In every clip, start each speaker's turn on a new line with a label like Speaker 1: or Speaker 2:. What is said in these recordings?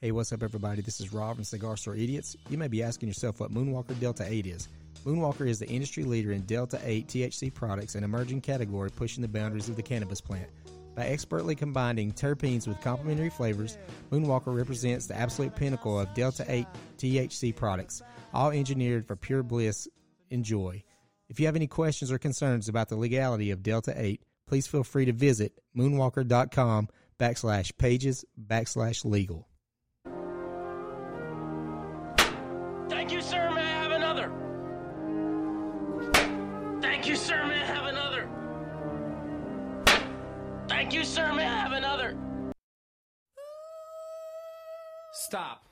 Speaker 1: Hey, what's up, everybody? This is Rob from Cigar Store Idiots. You may be asking yourself what Moonwalker Delta 8 is. Moonwalker is the industry leader in Delta 8 THC products, an emerging category pushing the boundaries of the cannabis plant. By expertly combining terpenes with complementary flavors, Moonwalker represents the absolute pinnacle of Delta 8 THC products, all engineered for pure bliss and joy. If you have any questions or concerns about the legality of Delta 8, please feel free to visit moonwalker.com backslash pages backslash legal.
Speaker 2: Thank you, sir. May I have another? Thank you, sir. May I have another? Thank you, sir. May I have another? Stop.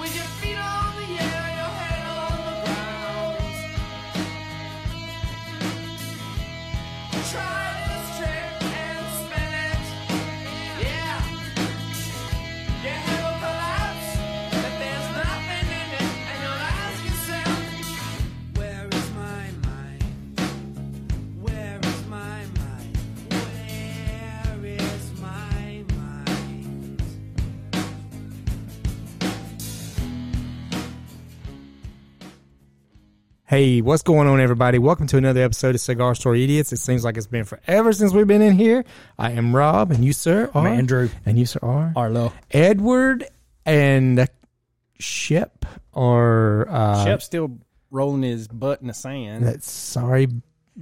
Speaker 3: With your feet on the air, your head on the ground. Try this trick and spin it. Yeah. Your head will collapse, but there's nothing in it, and you'll ask yourself, Where is my mind? Where is my mind? Where is my mind?
Speaker 1: Hey, what's going on, everybody? Welcome to another episode of Cigar Store Idiots. It seems like it's been forever since we've been in here. I am Rob, and you, sir, are
Speaker 4: I'm Andrew.
Speaker 1: and you, sir, are
Speaker 4: Arlo.
Speaker 1: Edward and Ship, or uh,
Speaker 4: Shep's still rolling his butt in the sand.
Speaker 1: That sorry,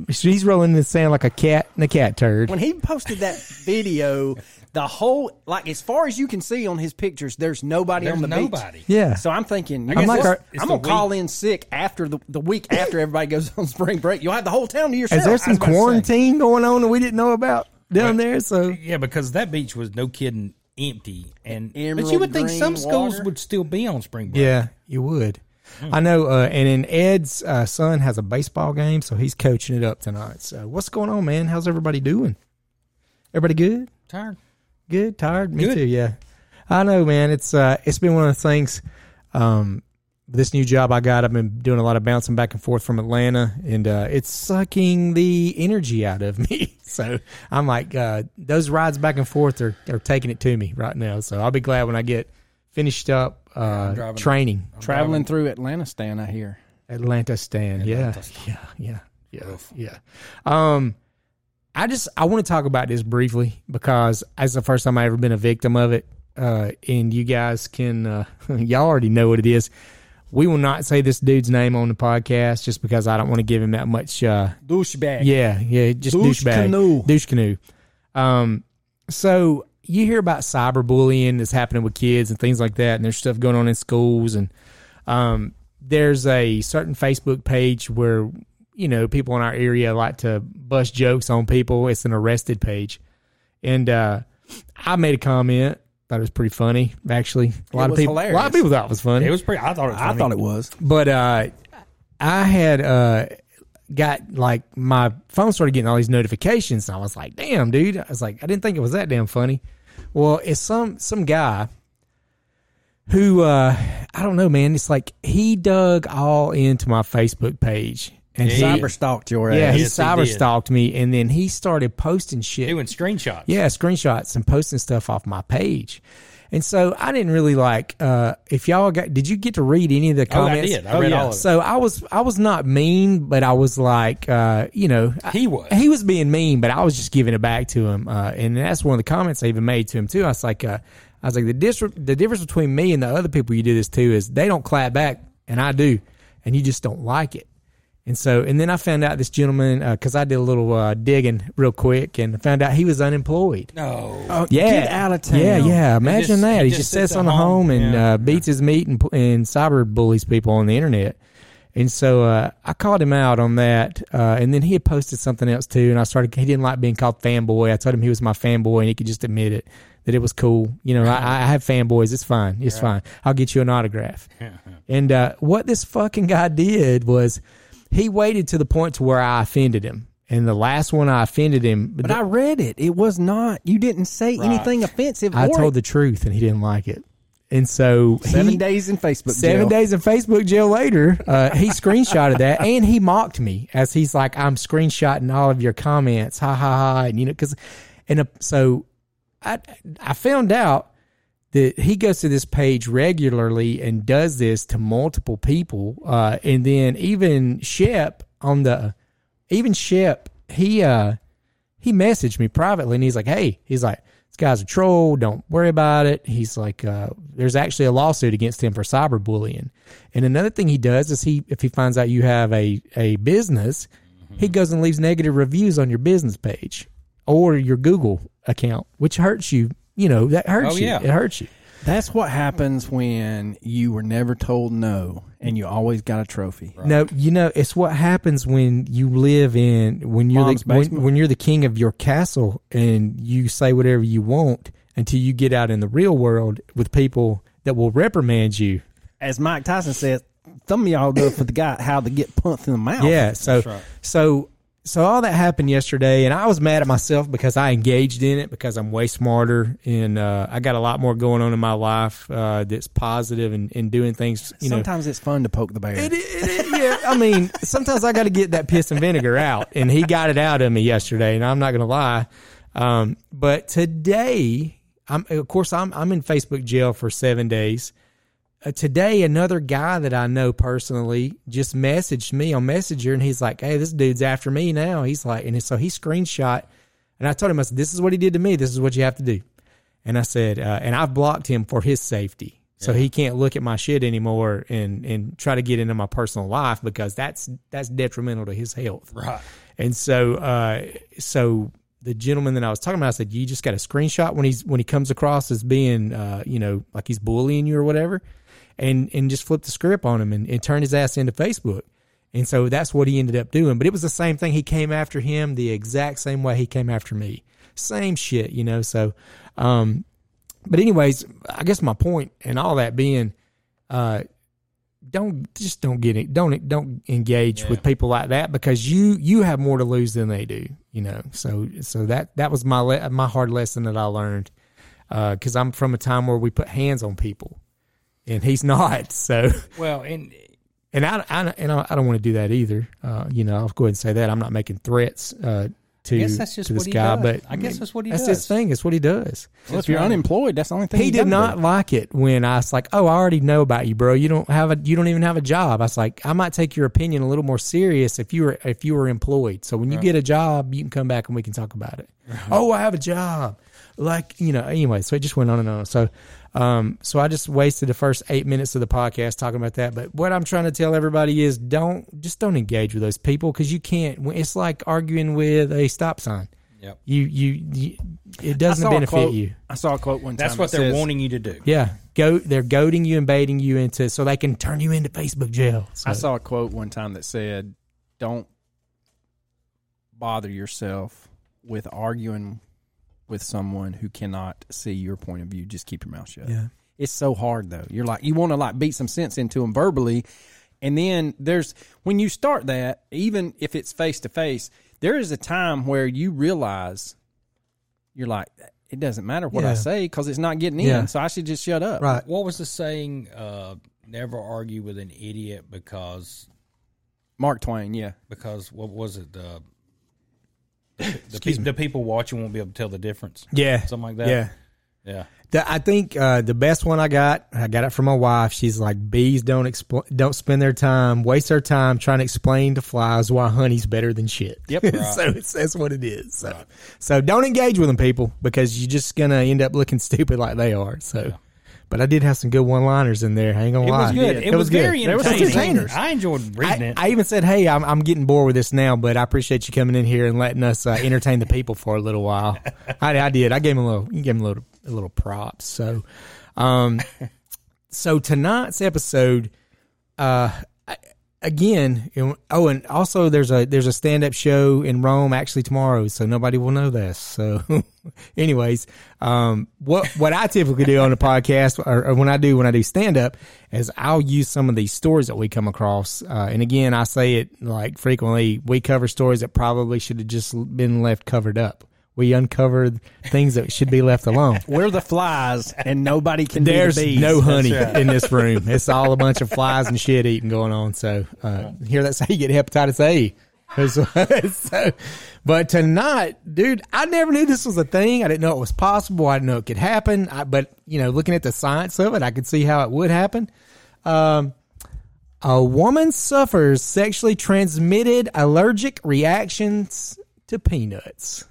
Speaker 1: he's rolling in the sand like a cat in a cat turd.
Speaker 4: when he posted that video, the whole like as far as you can see on his pictures, there's nobody on the
Speaker 5: nobody.
Speaker 4: beach.
Speaker 1: Yeah.
Speaker 4: So I'm thinking,
Speaker 1: guess
Speaker 4: I'm,
Speaker 1: it's-
Speaker 4: like,
Speaker 5: it's
Speaker 4: I'm
Speaker 5: the
Speaker 4: gonna call in sick after the, the week after everybody goes on spring break. You'll have the whole town to yourself.
Speaker 1: Is there some
Speaker 5: about to say.
Speaker 1: quarantine going on that we didn't know about down
Speaker 5: Right.
Speaker 1: there? So
Speaker 5: Yeah, because that beach was no kidding empty, and but
Speaker 4: Emerald
Speaker 5: you would think
Speaker 4: green
Speaker 5: some schools
Speaker 4: water.
Speaker 5: would still be on spring break.
Speaker 1: Yeah, you would.
Speaker 5: Hmm.
Speaker 1: I know. Uh, and then Ed's uh, son has a baseball game, so he's coaching it up tonight. So what's going on, man? How's everybody doing? Everybody good?
Speaker 5: tired.
Speaker 1: Good? Tired? Me
Speaker 5: Good.
Speaker 1: too. Yeah. I know, man. It's uh, it's been one of the things. Um, this new job I got, I've been doing a lot of bouncing back and forth from Atlanta, and uh, it's sucking the energy out of me. So I'm like, uh, those rides back and forth are, are taking it to me right now. So I'll be glad when I get finished up uh,
Speaker 5: driving-
Speaker 1: training.
Speaker 4: traveling through Atlantistan? I hear.
Speaker 1: Atlanta Stan. yeah. Yeah. Yeah. Yeah. Yeah. Um, I just I want to talk about this briefly because that's the first time I ever been a victim of it. Uh, and you guys can uh, y'all already know what it is. We will not say this dude's name on the podcast just because I don't want to give him that much uh,
Speaker 4: Douchebag.
Speaker 1: yeah, yeah, just
Speaker 4: Douche
Speaker 1: douchebag.
Speaker 4: canoe.
Speaker 1: Douche canoe. Um, so you hear about cyberbullying that's happening with kids and things like that, and there's stuff going on in schools, and um, there's a certain Facebook page where you know people in our area like to bust jokes on people. It's an arrested page, and uh, I made a comment. Thought it was pretty funny, actually. A lot of
Speaker 4: was
Speaker 1: people, a lot of
Speaker 4: hilarious.
Speaker 1: people thought it was funny
Speaker 5: It was pretty. I thought it. Was
Speaker 4: I
Speaker 5: funny.
Speaker 4: thought it was.
Speaker 1: but uh, I had uh, got like my phone started getting all these notifications, and I was like, "Damn, dude!" I was like, "I didn't think it was that damn funny." Well, it's some some guy who uh, I don't know, man. It's like he dug all into my Facebook page, and he,
Speaker 4: Cyber stalked your
Speaker 1: yeah,
Speaker 4: ass.
Speaker 1: he
Speaker 5: Yes, he
Speaker 1: cyber
Speaker 5: did.
Speaker 1: stalked me, and then he started posting shit
Speaker 5: doing screenshots.
Speaker 1: yeah, screenshots and posting stuff off my page. And so I didn't really like uh if y'all got did you get to read any of the
Speaker 5: Oh, I
Speaker 1: comments?
Speaker 5: did. I read all of it.
Speaker 1: So I was I was not mean, but I was like uh, you know I-
Speaker 5: He was.
Speaker 1: he was being mean, but I was just giving it back to him. Uh and that's one of the comments I even made to him too. I was like uh I was like the dis- the difference between me and the other people you do this to is they don't clap back and I do and you just don't like it. And so, and then I found out this gentleman because I did a little uh, digging real quick and found out he was unemployed.
Speaker 5: No.
Speaker 1: yeah,
Speaker 4: Oh, get out of town.
Speaker 1: Yeah, yeah. Imagine
Speaker 5: just-
Speaker 1: that. He
Speaker 5: he
Speaker 1: just,
Speaker 5: just
Speaker 1: sits,
Speaker 5: sits at
Speaker 1: on the home,
Speaker 5: home.
Speaker 1: and
Speaker 5: Yeah.
Speaker 1: uh, beats his meat and, pu- and cyber bullies people on the internet. And so uh, I called him out on that, uh, and then he had posted something else too. And I started. He didn't like being called fanboy. I told him he was my fanboy, and he could just admit it that it was cool. You know, I, I have fanboys. It's fine. It's fine. I'll get you an autograph. and uh, what this fucking guy did was He waited to the point to where I offended him. And the last one I offended him,
Speaker 4: But I read it. It was not. You didn't say anything offensive.
Speaker 1: I
Speaker 4: or
Speaker 1: told the truth and he didn't like it. And so
Speaker 4: seven
Speaker 1: he,
Speaker 4: days in Facebook.
Speaker 1: Seven
Speaker 4: jail.
Speaker 1: days in Facebook jail later, uh, he screenshotted that and he mocked me as he's like, "I'm screenshotting all of your comments, ha ha ha," and you know, because, and uh, so, I I found out that he goes to this page regularly and does this to multiple people, uh, and then even Shep on the, even Shep he uh he messaged me privately and he's like, hey, he's like, this guy's a troll. Don't worry about it. He's like, uh, there's actually a lawsuit against him for cyberbullying. And another thing he does is he, if he finds out you have a, a business,
Speaker 5: Mm-hmm.
Speaker 1: he goes and leaves negative reviews on your business page or your Google account, which hurts you. You know, that hurts
Speaker 5: Oh,
Speaker 1: you.
Speaker 5: yeah.
Speaker 1: It hurts you.
Speaker 4: That's what happens when you were never told no, and you always got a trophy.
Speaker 1: No, you know, it's what happens when you live in when you're
Speaker 4: Mom's
Speaker 1: the, when,
Speaker 4: basement.
Speaker 1: when you're the king of your castle and you say whatever you want until you get out in the real world with people that will reprimand you.
Speaker 4: As Mike Tyson says, some of y'all know for the guy how to get punched in the mouth.
Speaker 1: Yeah, so so so all that happened yesterday, and I was mad at myself because I engaged in it because I'm way smarter and uh, I got a lot more going on in my life uh, that's positive and, and doing things. You know,
Speaker 4: Sometimes it's fun to poke the bear.
Speaker 1: It, it, it, yeah, I mean, sometimes I got to get that piss and vinegar out, and he got it out of me yesterday, and I'm not gonna lie. Um, but today, I'm of course I'm I'm in Facebook jail for seven days. Uh, today, another guy that I know personally just messaged me on Messenger, and he's like, "Hey, this dude's after me now." He's like, and so he screenshot, and I told him, I said, "This is what he did to me. This is what you have to do." And I said, uh, and I've blocked him for his safety. So he can't look at my shit anymore and and try to get into my personal life because that's that's detrimental to his health. Right. And so uh so the gentleman that I was talking about, I said, you just got a screenshot when he's when he comes across as being uh, you know, like he's bullying you or whatever, and and just flip the script on him and, and turn his ass into Facebook. And so that's what he ended up doing. But it was the same thing. He came after him the exact same way he came after me. Same shit, you know. So um but anyways, I guess my point and all that being, uh, don't just don't get it, don't don't engage with people like that because you you have more to lose than they do, you know. So so that that was my le- my hard lesson that I learned because I'm from a time where we put hands on people, and he's not. So
Speaker 5: Well, and
Speaker 1: and I, I and I, I don't want to do that either. Uh, you know, I'll go ahead and say that I'm not making threats. Uh, to,
Speaker 5: guess that's just
Speaker 1: to this
Speaker 5: what he
Speaker 1: guy,
Speaker 5: does.
Speaker 1: but
Speaker 5: I guess that's what he
Speaker 1: that's his
Speaker 5: does.
Speaker 1: thing. It's what he does
Speaker 4: well, if you're unemployed, that's the only thing
Speaker 1: he
Speaker 4: you
Speaker 1: did
Speaker 4: gotta
Speaker 1: not
Speaker 4: do.
Speaker 1: like it when I was like, "Oh, I already know about you, bro. You don't have a, you don't even have a job." I was like, "I might take your opinion a little more serious if you were if you were employed. So when you get a job, you can come back and we can talk about it." Oh, I have a job, like you know. Anyway, so it just went on and on. So, um, so I just wasted the first eight minutes of the podcast talking about that. But what I'm trying to tell everybody is don't just don't engage with those people because you can't. It's like arguing with a stop sign.
Speaker 5: Yep.
Speaker 1: You, you you it
Speaker 4: I
Speaker 1: doesn't
Speaker 4: saw a
Speaker 1: benefit
Speaker 4: quote.
Speaker 1: you.
Speaker 4: I saw a quote one time.
Speaker 5: that's what
Speaker 4: that
Speaker 5: they're
Speaker 4: says,
Speaker 5: wanting you to do.
Speaker 1: Yeah, go. They're goading you and baiting you into so they can turn you into Facebook jail. So,
Speaker 4: I saw a quote one time that said, "Don't bother yourself with arguing with someone who cannot see your point of view. Just keep your mouth shut."
Speaker 1: Yeah.
Speaker 4: It's so hard though. You're like you want to like beat some sense into them verbally, and then there's when you start that, even if it's face to face, there is a time where you realize you're like it doesn't matter what
Speaker 1: Yeah.
Speaker 4: I say because it's not getting in,
Speaker 1: Yeah.
Speaker 4: so I should just shut up.
Speaker 1: right.
Speaker 5: What was the saying? Uh, never argue with an idiot because
Speaker 4: Mark Twain, yeah.
Speaker 5: because what was it? Uh, the, the, pe- the people watching won't be able to tell the difference.
Speaker 1: Yeah,
Speaker 5: Something like that.
Speaker 1: Yeah,
Speaker 5: Yeah.
Speaker 1: The- I think uh, the best one I got, I got it from my wife. She's like, bees don't expl- don't spend their time, waste their time trying to explain to flies why honey's better than shit. Yep. so it's, that's what it is. So, so don't engage with them, people, because you're just gonna end up looking stupid like they are. So. But I did have some good one-liners in there. I ain't gonna
Speaker 5: It
Speaker 1: lie.
Speaker 5: was good. It,
Speaker 1: It,
Speaker 5: was,
Speaker 1: good.
Speaker 5: very
Speaker 1: There was some
Speaker 5: entertaining.
Speaker 1: entertainers.
Speaker 5: I enjoyed reading
Speaker 1: I,
Speaker 5: it.
Speaker 1: I even said, "Hey, I'm I'm getting bored with this now, but I appreciate you coming in here and letting us uh, entertain the people for a little while." I, I did. I gave him a little. You gave him a little a little props. So, um, so tonight's episode, uh, I, again, you know, oh, and also there's a there's a stand up show in Rome actually tomorrow, so nobody will know this. So, anyways, um, what what I typically do on the podcast, or, or when I do when I do stand up, is I'll use some of these stories that we come across. Uh, and again, I say it like frequently. We cover stories that probably should have just been left covered up. We uncover things that should be left alone.
Speaker 4: We're the flies, and nobody can be the
Speaker 1: There's
Speaker 4: bees.
Speaker 1: no honey
Speaker 5: right.
Speaker 1: in this room. It's all a bunch of flies and shit eating going on. So uh, here, that's how you get hepatitis A. It's- so, but tonight, dude, I never knew this was a thing. I didn't know it was possible. I didn't know it could happen. I, but you know, looking at the science of it, I could see how it would happen. Um, a woman suffers sexually transmitted allergic reactions to peanuts.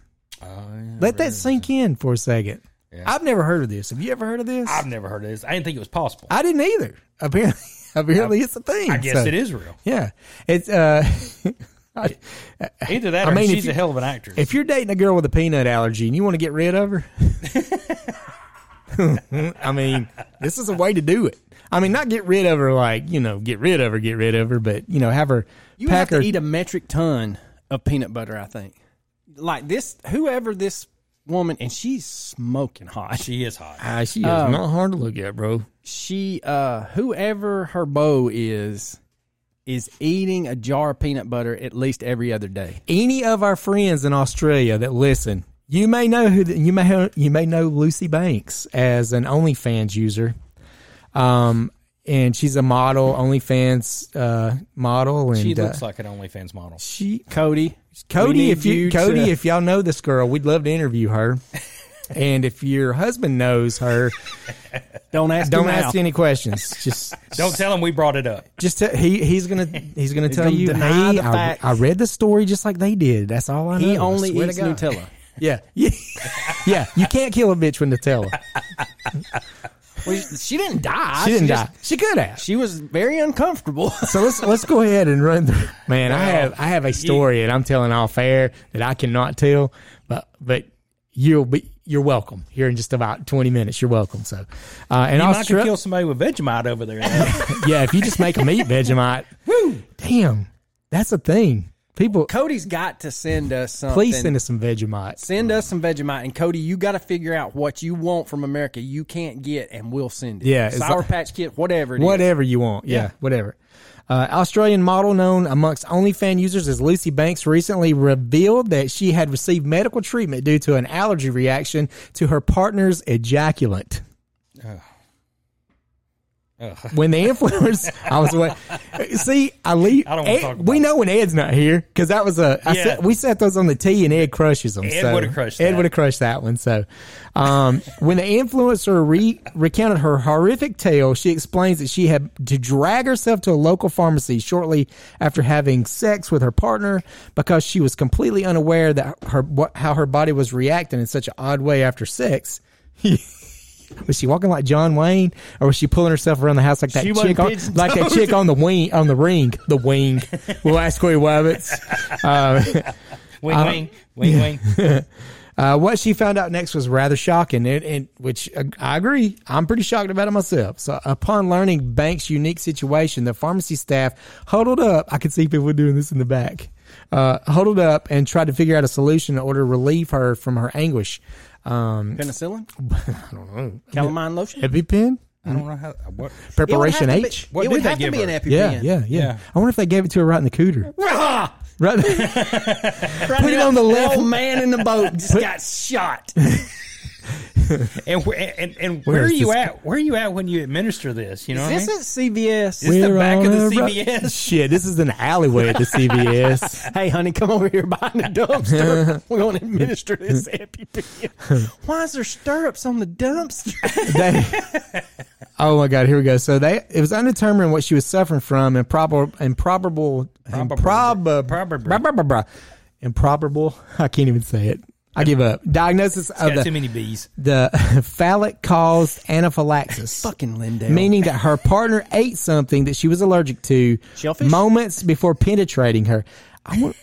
Speaker 1: Let that sink in for a second. I've never heard of this. Have you ever heard of this?
Speaker 5: I've never heard of this. I didn't think it was possible. I,
Speaker 1: I didn't either. Apparently, apparently it's a thing.
Speaker 5: guess
Speaker 1: so,
Speaker 5: it is real.
Speaker 1: Yeah, it's uh,
Speaker 5: Either that,
Speaker 1: I
Speaker 5: or
Speaker 1: mean, if
Speaker 5: she's
Speaker 1: you-
Speaker 5: a hell of an actress.
Speaker 1: if you're dating a girl with a peanut allergy and you want to get rid of her, I mean, this is a way to do it. I mean, not get rid of her like you know, get rid of her, get rid of her, but you know, have her
Speaker 4: You
Speaker 1: pack
Speaker 4: have
Speaker 1: her.
Speaker 4: to eat a metric ton of peanut butter, I think. Like this, whoever this woman, and she's smoking hot. She,
Speaker 5: she is hot.
Speaker 1: Ah, she is
Speaker 4: Oh.
Speaker 1: not hard to look at, bro.
Speaker 4: she uh, whoever her beau is, is eating a jar of peanut butter at least every other day.
Speaker 1: Any of our friends in Australia that listen. You may know who the, you may ha- you may know Lucy Banks as an OnlyFans user. Um, and she's a model, OnlyFans uh, model, and
Speaker 5: She looks
Speaker 1: uh,
Speaker 5: like an OnlyFans model.
Speaker 1: she
Speaker 4: Cody,
Speaker 1: Cody.
Speaker 4: need
Speaker 1: If you,
Speaker 4: you to-
Speaker 1: Cody, if y'all know this girl, we'd love to interview her. and if your husband knows her,
Speaker 4: don't ask,
Speaker 1: don't
Speaker 4: him
Speaker 1: ask
Speaker 4: out.
Speaker 1: any questions. Just
Speaker 5: Don't tell him we brought it up.
Speaker 1: just tell, he he's gonna he's gonna tell
Speaker 4: gonna
Speaker 1: you.
Speaker 4: deny
Speaker 1: Hey,
Speaker 4: the
Speaker 1: I,
Speaker 4: facts."
Speaker 1: I read the story just like they did. That's all I know.
Speaker 4: He
Speaker 1: I
Speaker 4: only
Speaker 1: swear to
Speaker 4: eats
Speaker 1: God.
Speaker 4: Nutella.
Speaker 1: Yeah. Yeah. yeah. You can't kill a bitch with Nutella.
Speaker 4: Well, she didn't die.
Speaker 1: She didn't
Speaker 4: just-
Speaker 1: die. She could have.
Speaker 4: She was very uncomfortable.
Speaker 1: So let's let's go ahead and run through. Man, I have I have a story that I'm telling off air that I cannot tell, but but you'll be you're welcome here in just about 20 minutes. You're welcome. So, uh, and
Speaker 5: You might could
Speaker 1: Australia,
Speaker 5: kill somebody with Vegemite over there.
Speaker 1: yeah, if you just make them eat Vegemite, woo, damn, that's a thing. People,
Speaker 4: Cody's got to send us something.
Speaker 1: please send us some Vegemite.
Speaker 4: Send us some Vegemite, and Cody, you got to figure out what you want from America. You can't get, and we'll send it.
Speaker 1: Yeah, it's
Speaker 4: Sour
Speaker 1: like-
Speaker 4: Patch Kid, whatever. it is.
Speaker 1: whatever you want. Yeah, whatever. Uh, Australian model known amongst OnlyFans users as Lucy Banks recently revealed that she had received medical treatment due to an allergy reaction to her partner's ejaculant. When the influence, I was like, see, I leave.
Speaker 5: I don't wanna
Speaker 1: Ed-
Speaker 5: talk about
Speaker 1: we
Speaker 5: it.
Speaker 1: know when Ed's not here because that was a. I
Speaker 5: Yeah.
Speaker 1: set, we set those on the tee and Ed crushes them.
Speaker 5: Ed
Speaker 1: so-
Speaker 5: would've crushed
Speaker 1: Ed
Speaker 5: that.
Speaker 1: would have crushed that one. So, um, when the influencer re- recounted her horrific tale, she explains that she had to drag herself to a local pharmacy shortly after having sex with her partner because she was completely unaware that her what, how her body was reacting in such an odd way after sex. Was she walking like John Wayne, or was she pulling herself around the house like that
Speaker 5: She wasn't
Speaker 1: chick, on,
Speaker 5: pigeon-toed.
Speaker 1: like that chick on the wing, on the ring, the wing? we'll ask Corey Wabbits.
Speaker 5: Wing, wing, wing, wing.
Speaker 1: Uh, what she found out next was rather shocking, and, and which uh, I agree. I'm pretty shocked about it myself. So, upon learning Banks' unique situation, the pharmacy staff huddled up. I could see people doing this in the back. Uh, huddled up and tried to figure out a solution in order to relieve her from her anguish. Um,
Speaker 4: penicillin. I don't know. Calamine lotion.
Speaker 1: EpiPen
Speaker 5: I don't know how. What?
Speaker 4: It would have
Speaker 1: preparation
Speaker 4: to be-
Speaker 1: H.
Speaker 5: What
Speaker 4: it
Speaker 5: did
Speaker 4: would
Speaker 5: they
Speaker 4: have to
Speaker 5: give
Speaker 4: be an
Speaker 5: her?
Speaker 4: EpiPen.
Speaker 1: Yeah, yeah, yeah,
Speaker 5: Yeah.
Speaker 1: I wonder if they gave it to her right in the cooter. Right.
Speaker 4: Put
Speaker 1: it on the left.
Speaker 4: Old man in the boat just got shot.
Speaker 5: And where, and, and
Speaker 1: Where
Speaker 5: where, are
Speaker 1: is
Speaker 5: you
Speaker 1: this-
Speaker 5: at? Where are you at when you administer this? You know what I
Speaker 4: Is
Speaker 5: mean?
Speaker 4: this at CVS?
Speaker 5: This is the
Speaker 1: We're
Speaker 5: back of
Speaker 1: on
Speaker 5: the
Speaker 1: a ro-
Speaker 5: CVS.
Speaker 1: Shit, this is an alleyway at the CVS.
Speaker 4: Hey, honey, come over here behind the dumpster. We're going to administer this EpiPen. Why is there stirrups on the dumpster?
Speaker 1: They- oh my god, here we go. So they it was undetermined what she was suffering from, and probable, improbable, improbable,
Speaker 5: Probably.
Speaker 1: blah, blah, blah, blah. improbable. I can't even say it. I give up. Diagnosis of
Speaker 5: Got too
Speaker 1: the,
Speaker 5: many bees.
Speaker 1: the phallic caused anaphylaxis.
Speaker 4: Fucking Lindale.
Speaker 1: meaning that her partner ate something that she was allergic to
Speaker 4: Shellfish?
Speaker 1: moments before penetrating her. I want,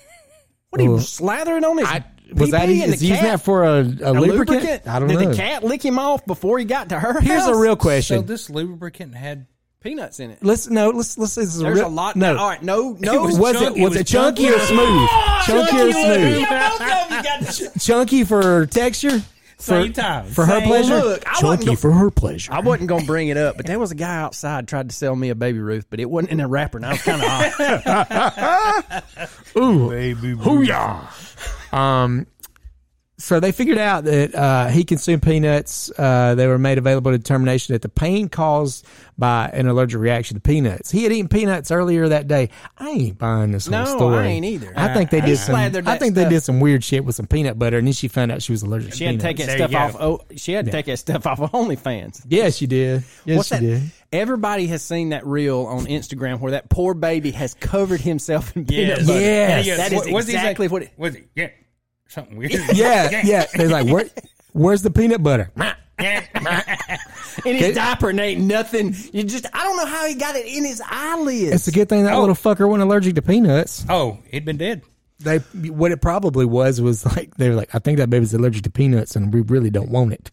Speaker 4: what are you
Speaker 1: Well,
Speaker 4: slathering on his?
Speaker 1: I, was that e,
Speaker 4: pee and
Speaker 1: is
Speaker 4: the
Speaker 1: using
Speaker 4: cat?
Speaker 1: that for a, a,
Speaker 4: A
Speaker 1: lubricant? I don't
Speaker 4: Did
Speaker 1: know.
Speaker 4: the cat lick him off before he got to her
Speaker 1: Here's
Speaker 4: house?
Speaker 1: a real
Speaker 5: So
Speaker 1: question.
Speaker 5: this lubricant had
Speaker 4: peanuts in it.
Speaker 1: Let's no. Let's let's. This is
Speaker 4: There's
Speaker 1: real-
Speaker 4: a lot.
Speaker 1: No.
Speaker 4: All right. No. No.
Speaker 5: was
Speaker 1: Was
Speaker 5: chunky,
Speaker 1: it was it
Speaker 5: it was
Speaker 1: chunky or
Speaker 5: chunky.
Speaker 1: smooth? Chunky or smooth? Chunky for texture.
Speaker 5: Same
Speaker 1: for,
Speaker 5: time.
Speaker 1: for her
Speaker 5: Same
Speaker 1: pleasure.
Speaker 4: look. I wasn't
Speaker 1: chunky
Speaker 4: go-
Speaker 1: for her pleasure.
Speaker 4: I wasn't gonna bring it up, but there was a guy outside tried to sell me a baby Ruth, but it wasn't in a wrapper, and I was kind of off.
Speaker 5: Baby
Speaker 1: Booyah! Um, so they figured out that uh, he consumed peanuts. Uh, they were made available to determination that the pain caused by an allergic reaction to peanuts. He had eaten peanuts earlier that day. I ain't buying this
Speaker 4: No,
Speaker 1: whole
Speaker 4: I
Speaker 1: story.
Speaker 4: ain't either.
Speaker 1: I think they
Speaker 4: I- I
Speaker 1: did some. I
Speaker 4: slathered that
Speaker 1: think they
Speaker 4: stuff.
Speaker 1: did some weird shit with some peanut butter, and then she found out she was allergic.
Speaker 4: She
Speaker 1: to
Speaker 4: had
Speaker 1: peanuts.
Speaker 4: to take that
Speaker 5: There
Speaker 4: stuff
Speaker 5: you go.
Speaker 4: off. Oh, she had to take that stuff off of OnlyFans.
Speaker 1: Yeah, she did. Yes, she
Speaker 4: that?
Speaker 1: did.
Speaker 4: Everybody has seen that reel on Instagram where that poor baby has covered himself in peanut
Speaker 5: Yes.
Speaker 4: butter.
Speaker 1: Yes.
Speaker 5: Yeah, yeah.
Speaker 4: that is
Speaker 5: what's he say?
Speaker 4: exactly what. It,
Speaker 5: What's it? Yeah. Something weird.
Speaker 1: Yeah, yeah. They're like, where, where's the peanut butter?
Speaker 4: in his
Speaker 1: Okay.
Speaker 4: diaper and ain't nothing. You just I don't know how he got it in his eyelids.
Speaker 1: It's a good thing that
Speaker 5: Oh.
Speaker 1: little fucker wasn't allergic to peanuts.
Speaker 5: Oh, he'd been dead.
Speaker 1: they what it probably was was like they were like, I think that baby's allergic to peanuts and we really don't want it.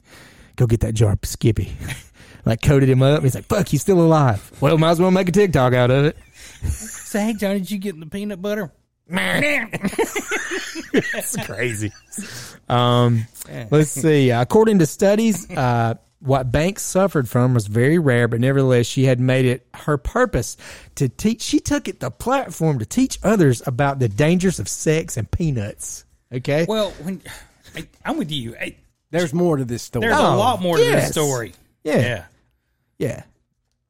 Speaker 1: Go get that jar of Skippy. like coated him up. He's like, fuck, he's still alive. Well, might as well make a TikTok out of it.
Speaker 5: Say, hey, Johnny, did you get the peanut butter?
Speaker 1: It's crazy. Um, let's see. According to studies, uh, what Banks suffered from was very rare, but nevertheless, she had made it her purpose to teach. She took it the platform to teach others about the dangers of sex and peanuts. Okay.
Speaker 5: Well, when I, I'm with you. I,
Speaker 4: There's more to this story.
Speaker 5: there's
Speaker 1: Oh,
Speaker 5: a lot more to
Speaker 1: yes.
Speaker 5: this story.
Speaker 1: Yeah.
Speaker 5: Yeah.
Speaker 1: Yeah.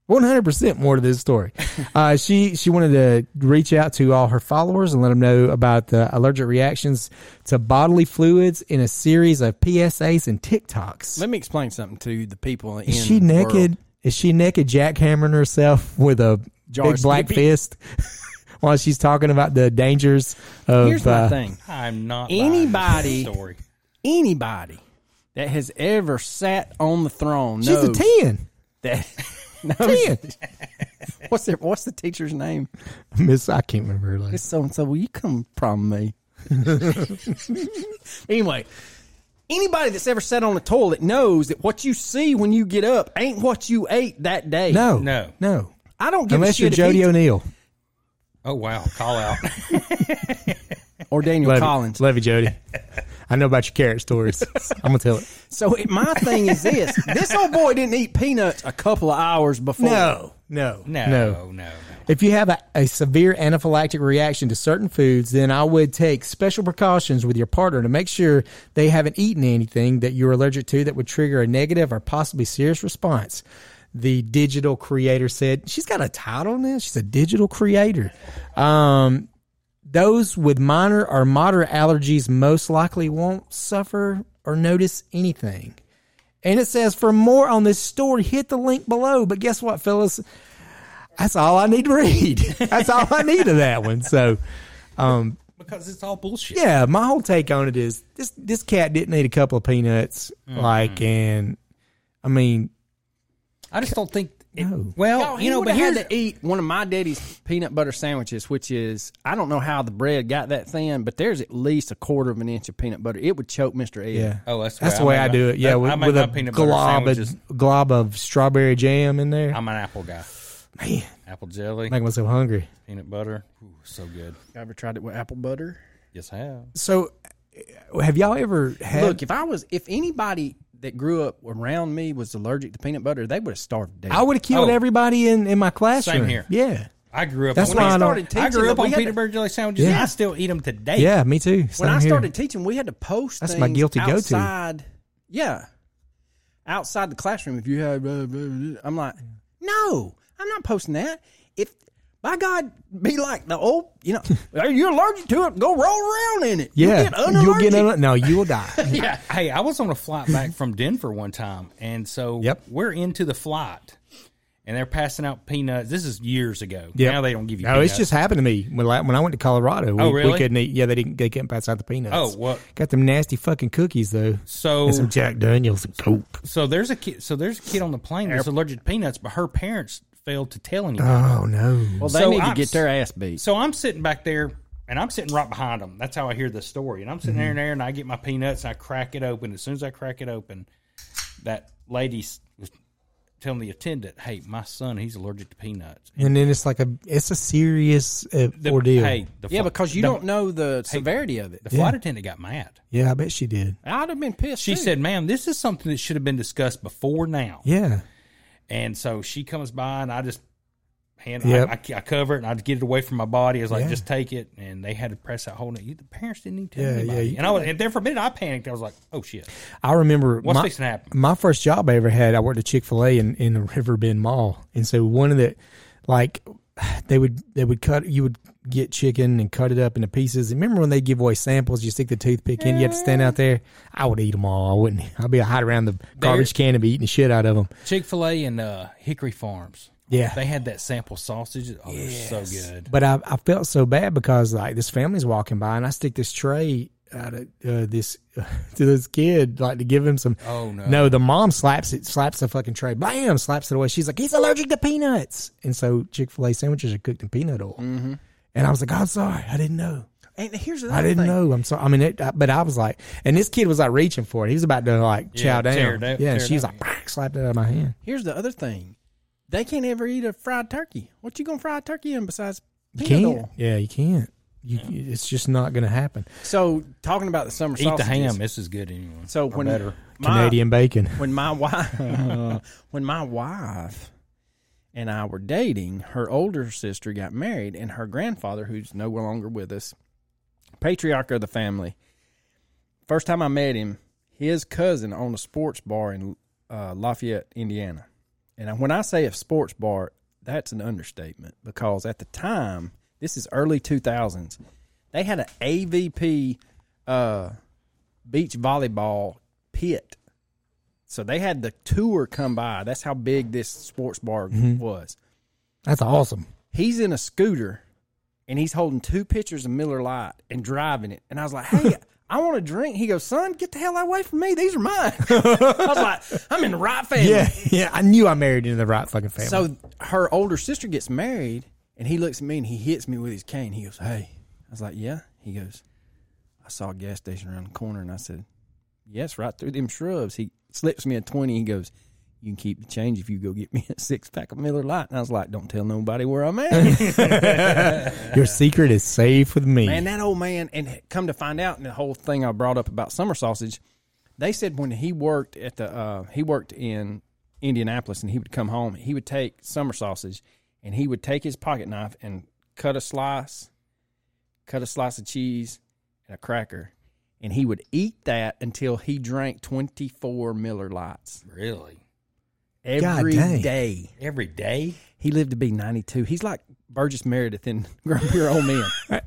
Speaker 1: 100% more to this story. Uh, she she wanted to reach out to all her followers and let them know about the allergic reactions to bodily fluids in a series of PSAs and TikToks.
Speaker 4: Let me explain something to the people.
Speaker 1: Is
Speaker 4: in
Speaker 1: she
Speaker 4: the
Speaker 1: naked?
Speaker 4: world.
Speaker 1: Is she naked jackhammering herself with a
Speaker 4: Jar
Speaker 1: big
Speaker 4: of
Speaker 1: black
Speaker 4: Skippy?
Speaker 1: fist while she's talking about the dangers of
Speaker 4: Here's my
Speaker 1: uh,
Speaker 4: thing.
Speaker 5: I'm not
Speaker 4: Anybody-
Speaker 5: buying this story.
Speaker 4: Anybody that has ever sat on the throne
Speaker 1: She's a
Speaker 4: knows
Speaker 1: 10.
Speaker 4: that. knows-
Speaker 1: 10.
Speaker 4: what's their, What's the teacher's name?
Speaker 1: Miss I can't remember her last
Speaker 4: It's so and so. Will you come prom me? anyway, anybody that's ever sat on a toilet knows that what you see when you get up ain't what you ate that day.
Speaker 1: No.
Speaker 5: No.
Speaker 1: No.
Speaker 4: I don't give a
Speaker 1: Unless
Speaker 4: shit
Speaker 1: you're
Speaker 4: if
Speaker 1: Jody
Speaker 4: he-
Speaker 1: O'Neill.
Speaker 5: Oh wow! Call out.
Speaker 4: or Daniel
Speaker 1: Love you.
Speaker 4: Collins.
Speaker 1: Love you, Jody. I know about your carrot stories. I'm gonna tell it.
Speaker 4: So it, my thing is this: this old boy didn't eat peanuts a couple of hours before.
Speaker 1: no,
Speaker 5: No, no, no.
Speaker 1: If you have a, a severe anaphylactic reaction to certain foods, then I would take special precautions with your partner to make sure they haven't eaten anything that you're allergic to that would trigger a negative or possibly serious response. The digital creator said, She's got a title now. She's a digital creator. Um, those with minor or moderate allergies most likely won't suffer or notice anything. And it says, for more on this story, hit the link below. But guess what, fellas? That's all I need to read. That's all I need of that one. So,
Speaker 5: Because it's all bullshit.
Speaker 1: yeah, my whole take on it is this: this cat didn't eat a couple of peanuts, like, and I mean,
Speaker 5: I just don't think. It,
Speaker 1: No.
Speaker 5: Well,
Speaker 4: No,
Speaker 5: Oh, you know, but here's
Speaker 4: had to eat one of my daddy's peanut butter sandwiches, which is I don't know how the bread got that thin, but there's at least a quarter of an inch of peanut butter. It would choke Mister Ed.
Speaker 1: yeah,
Speaker 5: Oh, that's the
Speaker 1: that's the
Speaker 5: way I
Speaker 1: way
Speaker 5: make
Speaker 1: I,
Speaker 5: my-
Speaker 1: do it. Yeah,
Speaker 5: I
Speaker 1: with,
Speaker 5: make
Speaker 1: with
Speaker 5: my
Speaker 1: a
Speaker 5: peanut butter
Speaker 1: glob
Speaker 5: sandwiches.
Speaker 1: of, glob of strawberry jam in there.
Speaker 5: I'm an apple guy.
Speaker 1: Man,
Speaker 5: Apple jelly,
Speaker 1: making myself hungry.
Speaker 5: peanut butter. Ooh, so good.
Speaker 4: Ever tried it with apple butter?
Speaker 5: Yes, I have.
Speaker 1: So, uh, have y'all ever had?
Speaker 4: Look, if I was, if anybody that grew up around me was allergic to peanut butter, they would have starved to death.
Speaker 1: I would have killed
Speaker 5: Oh.
Speaker 1: everybody in in my classroom.
Speaker 5: here.
Speaker 1: Yeah,
Speaker 5: I grew up.
Speaker 1: That's
Speaker 5: on
Speaker 1: why I
Speaker 5: peanut-
Speaker 1: don't-
Speaker 4: started
Speaker 5: I
Speaker 4: teaching
Speaker 5: grew up
Speaker 4: that we
Speaker 5: on
Speaker 4: had
Speaker 5: peanut
Speaker 4: to-
Speaker 5: butter jelly sandwiches.
Speaker 1: Yeah.
Speaker 5: and I still eat them today.
Speaker 1: yeah, me too.
Speaker 4: when
Speaker 1: Same
Speaker 4: I
Speaker 1: here.
Speaker 4: started teaching, we had to post
Speaker 1: That's my
Speaker 4: things
Speaker 1: guilty go-to.
Speaker 4: outside. Yeah, outside the classroom. If you had, blah, blah, blah. uh, I'm like, no, I'm not posting that. If by God, be like the old, you know, "Hey, you're allergic to it. Go roll around in it.
Speaker 1: yeah,
Speaker 4: you'll get unallergic.
Speaker 1: you'll get un- no, you will die.
Speaker 5: yeah. Hey, I was on a flight back from Denver one time, and so
Speaker 1: Yep.
Speaker 5: we're into the flight, and they're passing out peanuts. This is years ago.
Speaker 1: Yep.
Speaker 5: Now they don't give you.
Speaker 1: No,
Speaker 5: peanuts.
Speaker 1: Oh, it's just happened to me when I, when I went to Colorado. We,
Speaker 5: Oh, really?
Speaker 1: we couldn't eat. Yeah, they didn't. They couldn't pass out the peanuts.
Speaker 5: Oh, what?
Speaker 1: Got them nasty fucking cookies though,
Speaker 5: so
Speaker 1: and some Jack Daniels and Coke.
Speaker 5: so there's a kid. So there's a kid on the plane that's allergic to peanuts, but her parents failed to tell anyone.
Speaker 1: Oh no!
Speaker 4: Well, they
Speaker 5: So
Speaker 4: need
Speaker 5: I'm-
Speaker 4: to get their ass beat.
Speaker 5: So I'm sitting back there, and I'm sitting right behind them. That's how I hear the story. And I'm sitting there and there, and I get my peanuts, and I crack it open. As soon as I crack it open, that lady s- was telling the attendant, "Hey, my son, he's allergic to peanuts."
Speaker 1: And then it's like a it's a serious uh,
Speaker 5: The-
Speaker 1: ordeal.
Speaker 5: Hey, the
Speaker 4: yeah,
Speaker 5: fl-
Speaker 4: because you
Speaker 5: the-
Speaker 4: don't know the severity of it.
Speaker 5: The flight attendant got mad.
Speaker 1: Yeah, I bet she did.
Speaker 4: I'd have been pissed.
Speaker 5: She
Speaker 4: too.
Speaker 5: said, "Ma'am, this is something that should have been discussed before now."
Speaker 1: Yeah,
Speaker 5: And so she comes by, and I just hand
Speaker 1: Yep.
Speaker 5: I, I, I cover it, and I get it away from my body. I was like,
Speaker 1: Yeah.
Speaker 5: "Just take it." And they had to press that whole. You, the parents didn't even tell
Speaker 1: Yeah, yeah,
Speaker 5: anybody.
Speaker 1: you
Speaker 5: and I was, and there for a minute, I panicked. I was like, "Oh shit,
Speaker 1: I remember
Speaker 5: what's
Speaker 1: my,
Speaker 5: fixing to happen?"
Speaker 1: my first job I ever had. I worked at Chick Fil A in in the River Bend Mall, and so one of the like they would they would cut you would get chicken and cut it up into pieces. And remember when they give away samples? You stick the toothpick in. You had to stand out there. I would eat them all. I wouldn't. I'd be hide around the garbage can and be eating the shit out of them.
Speaker 5: Chick Fil A and uh, Hickory Farms.
Speaker 1: Yeah.
Speaker 5: they had that sample sausage. Oh, they're so good.
Speaker 1: But I, I felt so bad because like this family's walking by and I stick this tray out of uh, this to this kid like to give him some.
Speaker 5: Oh, no.
Speaker 1: No, the mom slaps it, slaps the fucking tray, bam, slaps it away. She's like, he's allergic to peanuts, and so Chick Fil A sandwiches are cooked in peanut oil. Mm-hmm. And I was like, I'm sorry, I didn't know.
Speaker 4: and here's the
Speaker 1: I didn't know. I'm sorry. I mean, it, I- but I was like, and this kid was like reaching for it. He was about to like chow down.
Speaker 5: tear it up-
Speaker 1: yeah, and
Speaker 5: tear it
Speaker 1: she's
Speaker 5: up.
Speaker 1: like, "Bah," slapped it out of my hand.
Speaker 4: Here's the other thing. They can't ever eat a fried turkey. What you gonna fry a turkey in besides
Speaker 1: You
Speaker 4: peanut
Speaker 1: can't.
Speaker 4: oil?
Speaker 1: Yeah, you can't. You, It's just not going to happen.
Speaker 4: So talking about the summer
Speaker 5: Eat the
Speaker 4: sausages.
Speaker 5: ham. This is good anyway.
Speaker 4: So
Speaker 5: Or
Speaker 4: when
Speaker 5: better.
Speaker 4: my-
Speaker 1: Canadian bacon.
Speaker 4: when my wife when my wife and I were dating, her older sister got married, and her grandfather, who's no longer with us, patriarch of the family. First time I met him, his cousin owned a sports bar in uh, Lafayette, Indiana. And when I say a sports bar, that's an understatement because at the time, this is early 2000s, they had an AVP uh, beach volleyball pit so they had the tour come by. That's how big this sports bar was.
Speaker 1: That's awesome.
Speaker 4: He's in a scooter and he's holding two pitchers of Miller Lite and driving it. And I was like, hey, I want a drink. He goes, son, get the hell away from me. These are mine. I was like, I'm in the right family.
Speaker 1: Yeah, yeah. I knew I married into the right fucking family.
Speaker 4: So her older sister gets married and he looks at me and he hits me with his cane. He goes, hey. I was like, yeah. He goes, I saw a gas station around the corner and I said, yes, right through them shrubs. He slips me a 20. He goes, you can keep the change if you go get me a six pack of Miller Lite. And I was like, don't tell nobody where I'm at.
Speaker 1: your secret is safe with me.
Speaker 4: man, that old man, and come to find out, and the whole thing I brought up about summer sausage, they said when he worked at the, uh, he worked in Indianapolis and he would come home, he would take summer sausage and he would take his pocket knife and cut a slice, cut a slice of cheese and a cracker. And he would eat that until he drank 24 Miller Lights.
Speaker 5: Really,
Speaker 4: every
Speaker 1: dang.
Speaker 4: day.
Speaker 5: every day.
Speaker 4: He lived to be 92. He's like Burgess Meredith in Grumpy Old Men.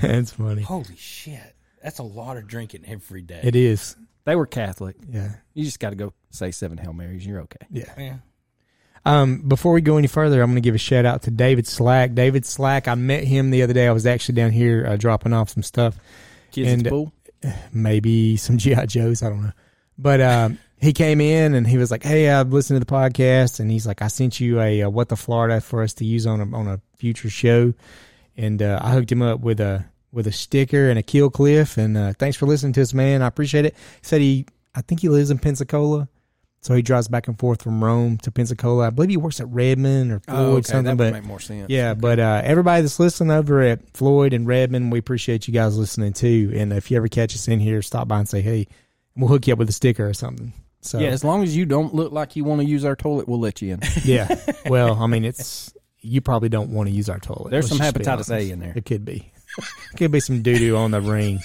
Speaker 1: That's funny.
Speaker 5: Holy shit, that's a lot of drinking every day.
Speaker 1: It is.
Speaker 4: They were Catholic.
Speaker 1: Yeah,
Speaker 4: You just got to go say seven Hail Marys. You're okay.
Speaker 1: yeah.
Speaker 5: Yeah.
Speaker 1: Um, before we go any further, I'm going to give a shout out to David Slack. David Slack. I met him the other day. I was actually down here uh, dropping off some stuff,
Speaker 4: Kids
Speaker 1: And-
Speaker 4: at the pool.
Speaker 1: maybe some GI Joes. I don't know. But um, he came in and he was like, "Hey, I've listened to the podcast," and he's like, "I sent you a, uh What the Florida for us to use on a on a future show," and uh, I hooked him up with a with a sticker and a kill cliff. And uh, thanks for listening to us, man. I appreciate it. He said he, I think he lives in Pensacola. So he drives back and forth from Rome to Pensacola. I believe he works at Redmond or Floyd uh, something.
Speaker 4: Oh, That would
Speaker 1: but
Speaker 4: make more sense.
Speaker 1: yeah, but uh, everybody that's listening over at Floyd and Redmond, we appreciate you guys listening too. And if you ever catch us in here, stop by and say hey, and we'll hook you up with a sticker or something. So
Speaker 4: Yeah, as long as you don't look like you want to use our toilet, we'll let you in.
Speaker 1: yeah. Well, I mean, it's you probably don't want to use our toilet.
Speaker 4: There's some
Speaker 1: just be
Speaker 4: hepatitis A
Speaker 1: honest.
Speaker 4: in there.
Speaker 1: It could be. Could be some doo doo on the ring.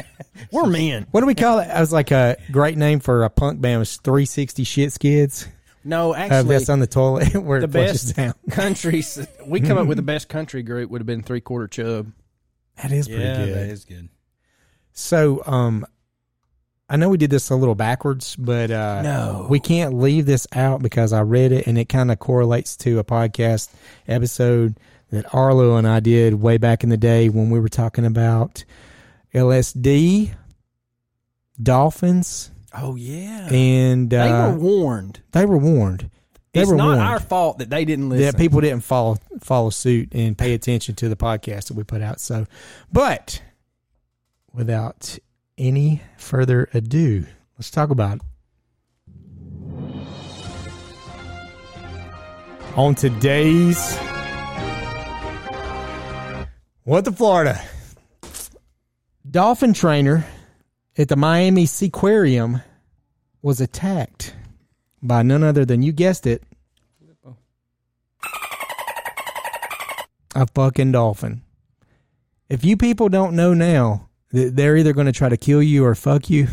Speaker 4: We're men.
Speaker 1: What do we call it? I was like a great name for a punk band was 360 Shit Skids.
Speaker 4: No,
Speaker 1: Uh,
Speaker 4: actually,
Speaker 1: that's on the toilet where
Speaker 4: the
Speaker 1: it flushes
Speaker 4: best
Speaker 1: down.
Speaker 4: countries we come up with the best country group would have been three quarter chub.
Speaker 1: That is pretty
Speaker 5: Yeah,
Speaker 1: good.
Speaker 5: that is good.
Speaker 1: So, um, I know we did this a little backwards, but uh,
Speaker 4: No.
Speaker 1: we can't leave this out because I read it and it kind of correlates to a podcast episode that Arlo and I did way back in the day when we were talking about LSD, dolphins,
Speaker 4: Oh yeah,
Speaker 1: and
Speaker 4: they
Speaker 1: uh,
Speaker 4: were warned.
Speaker 1: they were warned. They
Speaker 4: it's
Speaker 1: were
Speaker 4: not
Speaker 1: warned
Speaker 4: our fault that they didn't listen.
Speaker 1: that people didn't follow follow suit and pay attention to the podcast that we put out. So, but without any further ado, let's talk about on today's What the Florida Dolphin trainer at the Miami Seaquarium was attacked by none other than you guessed it a fucking dolphin. If you people don't know now that they're either going to try to kill you or fuck you,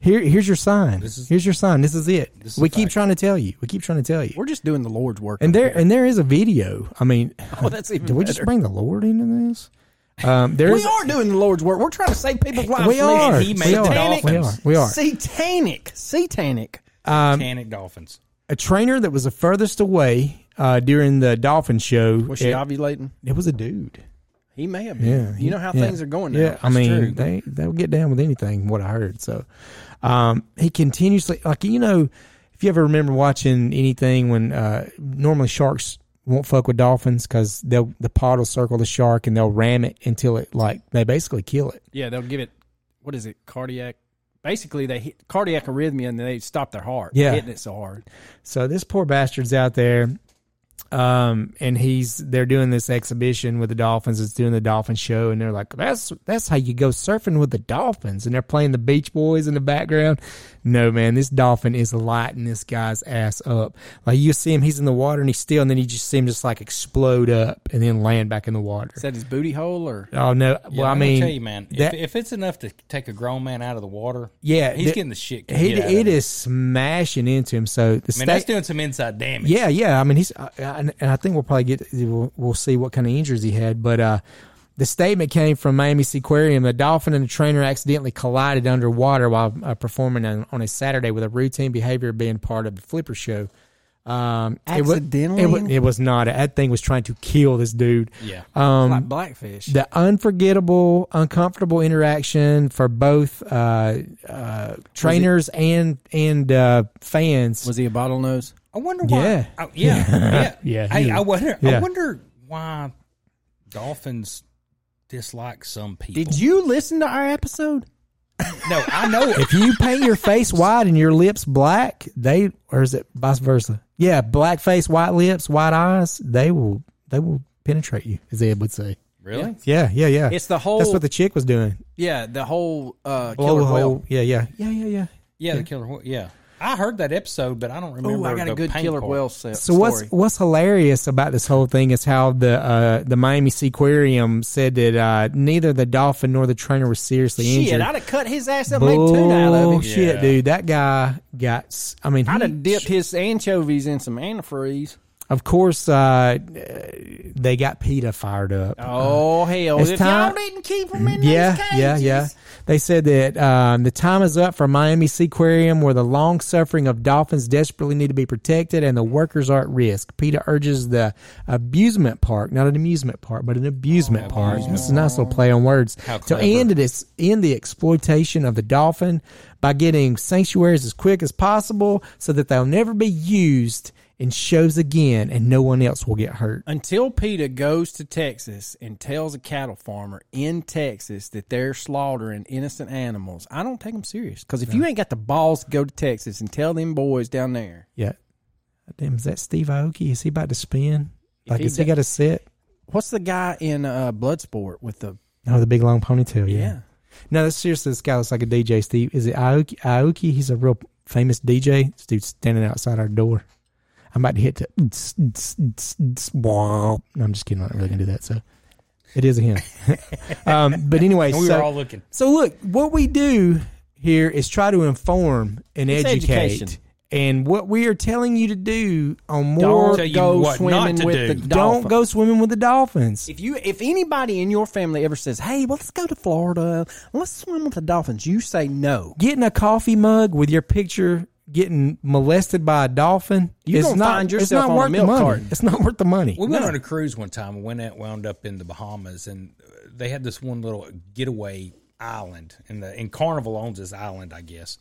Speaker 1: here here's your sign. here's your sign. This is it.
Speaker 5: is
Speaker 1: we
Speaker 5: a
Speaker 1: keep
Speaker 5: fact.
Speaker 1: trying to tell you. We keep trying to tell you.
Speaker 4: We're just doing the Lord's work.
Speaker 1: And
Speaker 4: over
Speaker 1: there
Speaker 4: here.
Speaker 1: and there is a video. I mean,
Speaker 4: Oh, that's even
Speaker 1: did we just
Speaker 4: better.
Speaker 1: bring the Lord into this? Um, there
Speaker 4: we
Speaker 1: is.
Speaker 4: are doing the Lord's work. We're trying to save people's lives.
Speaker 1: We
Speaker 4: from
Speaker 1: are.
Speaker 4: these
Speaker 5: He
Speaker 1: We
Speaker 5: made
Speaker 1: are.
Speaker 5: dolphins.
Speaker 1: We are. We are.
Speaker 4: Satanic, satanic.
Speaker 1: Um,
Speaker 5: Titanic dolphins.
Speaker 1: A trainer that was the furthest away uh, during the dolphin show.
Speaker 4: Was she
Speaker 1: it,
Speaker 4: ovulating?
Speaker 1: it was a dude.
Speaker 4: He may have
Speaker 1: Yeah,
Speaker 4: been.
Speaker 1: he-
Speaker 4: you know how
Speaker 1: yeah.
Speaker 4: things are going now.
Speaker 1: Yeah, I
Speaker 4: It's
Speaker 1: mean
Speaker 4: true.
Speaker 1: they they'll get down with anything. What I heard, so um, he continuously like you know if you ever remember watching anything when uh, normally sharks won't fuck with dolphins because they'll the pod will circle the shark and they'll ram it until it like they basically kill it.
Speaker 4: yeah, they'll give it. What is it? Cardiac. Basically, they hit cardiac arrhythmia and they stop their heart.
Speaker 1: Yeah.
Speaker 4: hitting it so hard.
Speaker 1: So this poor bastard's out there, um, and he's they're doing this exhibition with the dolphins. It's doing the dolphin show, and they're like, "That's that's how you go surfing with the dolphins." And they're playing the Beach Boys in the background. No man, this dolphin is lighting this guy's ass up. Like you see him, he's in the water and he's still, and then you just see him just like explode up and then land back in the water.
Speaker 4: Is that his booty hole or?
Speaker 1: Oh no! Well, I
Speaker 5: I'm
Speaker 1: mean,
Speaker 5: gonna tell you, man,
Speaker 1: that-
Speaker 5: if, if it's enough to take a grown man out of the water,
Speaker 1: yeah,
Speaker 5: he's
Speaker 1: th-
Speaker 5: getting the shit.
Speaker 1: He,
Speaker 5: kicked out of
Speaker 1: it
Speaker 5: him.
Speaker 1: is smashing into him. So the
Speaker 5: I mean,
Speaker 1: sta-
Speaker 5: that's doing some inside damage.
Speaker 1: Yeah, yeah. I mean, he's uh, and and I think we'll probably get we'll, we'll see what kind of injuries he had, but uh, the statement came from Miami Seaquarium. The dolphin and the trainer accidentally collided underwater while uh, performing on, on a Saturday with a routine behavior being part of the flipper show. Um, it wa-
Speaker 4: Accidentally?
Speaker 1: it, wa- it was not. That thing was trying to kill this dude.
Speaker 5: Yeah.
Speaker 1: Um,
Speaker 4: like blackfish.
Speaker 1: The unforgettable, uncomfortable interaction for both uh, uh, trainers and and uh, fans.
Speaker 4: was he a bottlenose?
Speaker 5: I wonder why.
Speaker 1: Yeah.
Speaker 5: I- yeah, yeah,
Speaker 1: Yeah,
Speaker 5: Hey,
Speaker 1: he-
Speaker 5: I wonder.
Speaker 1: yeah.
Speaker 5: I wonder why dolphins dislike some people.
Speaker 4: Did you listen to our episode?
Speaker 5: No, I know.
Speaker 1: if you paint your face white and your lips black, they or is it vice versa? Yeah, black face, white lips, white eyes, they will they will penetrate you, as Ed would say.
Speaker 5: really?
Speaker 1: Yeah, yeah, yeah.
Speaker 4: It's the whole-
Speaker 1: That's what the chick was doing.
Speaker 4: Yeah, the whole uh,
Speaker 1: Blow
Speaker 4: killer
Speaker 1: a hole.
Speaker 4: whale.
Speaker 1: Yeah, yeah, yeah, yeah, yeah.
Speaker 5: Yeah, the killer whale. Yeah, I heard that episode, but I don't remember.
Speaker 4: Oh, I got a
Speaker 5: the
Speaker 4: good
Speaker 5: pain
Speaker 4: killer
Speaker 5: part.
Speaker 4: whale se-
Speaker 1: So
Speaker 4: story.
Speaker 1: what's what's hilarious about this whole thing is how the uh, the Miami Seaquarium said that uh, neither the dolphin nor the trainer was seriously
Speaker 4: Shit,
Speaker 1: injured.
Speaker 4: I'd have cut his ass up, made tuna out of him.
Speaker 1: Bullshit,
Speaker 5: Yeah.
Speaker 1: dude. That guy got. s- I mean,
Speaker 4: I'd
Speaker 1: he-
Speaker 4: have dipped his anchovies in some antifreeze.
Speaker 1: Of course, uh, they got PETA fired up.
Speaker 4: Oh hell!
Speaker 1: Uh, it's
Speaker 4: If
Speaker 1: time-
Speaker 4: y'all didn't keep him in
Speaker 1: yeah,
Speaker 4: these cages,
Speaker 1: yeah, yeah. They said that um, the time is up for Miami Seaquarium, where the long suffering of dolphins desperately need to be protected, and the workers are at risk. PETA urges the abusement park, not an amusement park, but an abusement park. It's a nice little play on words
Speaker 5: Oh, How
Speaker 1: to
Speaker 5: clever.
Speaker 1: end it is end the exploitation of the dolphin by getting sanctuaries as quick as possible, so that they'll never be used in shows again, and no one else will get hurt.
Speaker 4: Until PETA goes to Texas and tells a cattle farmer in Texas that they're slaughtering innocent animals, I don't take them serious. Because if you ain't got the balls to go to Texas and tell them boys down there,
Speaker 1: Yeah. Damn, is that Steve Aoki? Is he about to spin? Like,
Speaker 4: he
Speaker 1: has he
Speaker 4: do-
Speaker 1: got a set?
Speaker 4: what's the guy in uh, Bloodsport with the
Speaker 1: Oh, the big long ponytail. Yeah.
Speaker 4: yeah?
Speaker 1: No, that's seriously, this guy looks like a DJ. Steve, is it Aoki? Aoki? He's a real famous DJ. This dude's standing outside our door. I'm about to hit the. No, I'm just kidding. I'm not really gonna do that. So, it is him. um, but anyway,
Speaker 5: And we
Speaker 1: so,
Speaker 5: were all looking.
Speaker 1: so look, what we do here is try to inform and
Speaker 4: It's
Speaker 1: educate.
Speaker 4: education.
Speaker 1: And what we are telling you to do on more
Speaker 5: Don't tell you
Speaker 4: go
Speaker 5: what not
Speaker 4: swimming
Speaker 5: to
Speaker 4: with
Speaker 5: do.
Speaker 4: the
Speaker 5: Don't
Speaker 4: dolphin.
Speaker 1: Don't go swimming with the dolphins.
Speaker 4: If you, if anybody in your family ever says, "Hey, well, let's go to Florida, let's swim with the dolphins," you say no.
Speaker 1: Getting a coffee mug with your picture getting molested by a dolphin
Speaker 4: You
Speaker 1: is
Speaker 4: gonna
Speaker 1: not,
Speaker 4: find
Speaker 1: it's
Speaker 4: yourself
Speaker 1: not
Speaker 4: on a
Speaker 1: worth the
Speaker 4: milk
Speaker 1: money.
Speaker 4: carton.
Speaker 1: It's not worth the money.
Speaker 5: We went on a cruise one time and went out, wound up in the Bahamas, and uh, they had this one little getaway island, and the and Carnival owns this island, I guess.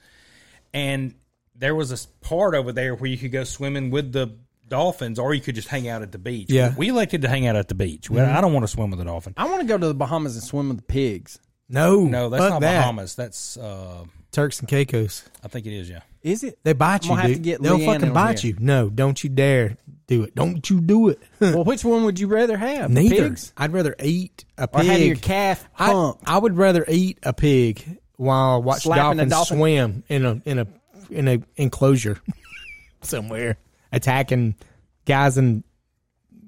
Speaker 5: And there was this part over there where you could go swimming with the dolphins, or you could just hang out at the beach.
Speaker 1: Yeah.
Speaker 5: Mm-hmm. we elected to hang out at the beach. Well, I don't want to swim with a dolphin.
Speaker 4: I want to go to the Bahamas and swim with the pigs.
Speaker 1: No,
Speaker 5: No, that's
Speaker 1: fuck
Speaker 5: not
Speaker 1: that.
Speaker 5: Bahamas. That's uh,
Speaker 1: Turks and Caicos.
Speaker 5: I think it is. Yeah.
Speaker 4: Is it?
Speaker 1: They bite
Speaker 4: I'm
Speaker 1: you,
Speaker 4: gonna have
Speaker 1: dude.
Speaker 4: to get
Speaker 1: They'll
Speaker 4: Leanne
Speaker 1: fucking
Speaker 4: on
Speaker 1: bite
Speaker 4: here.
Speaker 1: you. No, don't you dare do it. Don't you do it.
Speaker 4: Well, which one would you rather have? The
Speaker 1: Neither.
Speaker 4: Pigs?
Speaker 1: I'd rather eat a
Speaker 4: Or
Speaker 1: pig.
Speaker 4: have your calf
Speaker 1: I,
Speaker 4: pump?
Speaker 1: I would rather eat a pig while watch
Speaker 4: Slapping a
Speaker 1: dolphins
Speaker 4: dolphin.
Speaker 1: swim in a in a in a enclosure somewhere attacking guys and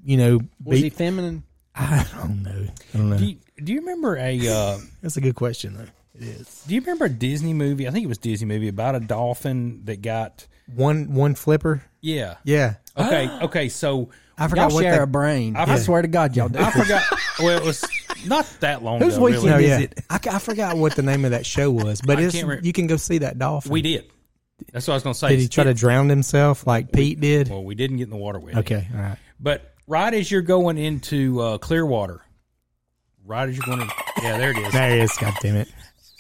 Speaker 1: you know
Speaker 4: Was he
Speaker 1: beat.
Speaker 4: feminine?
Speaker 1: I don't know. I don't know.
Speaker 5: Do you, do you remember a? Uh,
Speaker 1: That's a good question though.
Speaker 5: do you remember a Disney movie? I think it was a Disney movie about a dolphin that got.
Speaker 1: One one flipper.
Speaker 5: Yeah.
Speaker 1: Yeah.
Speaker 5: Okay. okay. So
Speaker 1: I forgot
Speaker 4: y'all
Speaker 1: what
Speaker 4: share
Speaker 1: that-
Speaker 4: a brain.
Speaker 5: I-
Speaker 4: I, swear to God, y'all do.
Speaker 5: I forgot. well, it was not that long.
Speaker 4: Whose
Speaker 5: ago,
Speaker 4: weekend
Speaker 5: really.
Speaker 1: No,
Speaker 4: is
Speaker 1: Oh, yeah.
Speaker 4: it?
Speaker 1: I, ca- I forgot what the name of that show was, but
Speaker 5: I
Speaker 1: it's,
Speaker 5: can't re-
Speaker 1: you can go see that dolphin.
Speaker 5: We did. That's what I was going to say.
Speaker 1: Did he try to drown himself like Pete did?
Speaker 5: Well, we didn't get in the water with it.
Speaker 1: Okay, all right.
Speaker 5: But right as you're going into uh, Clearwater, right as you're going, in, yeah, there it is.
Speaker 1: There he is. God damn it.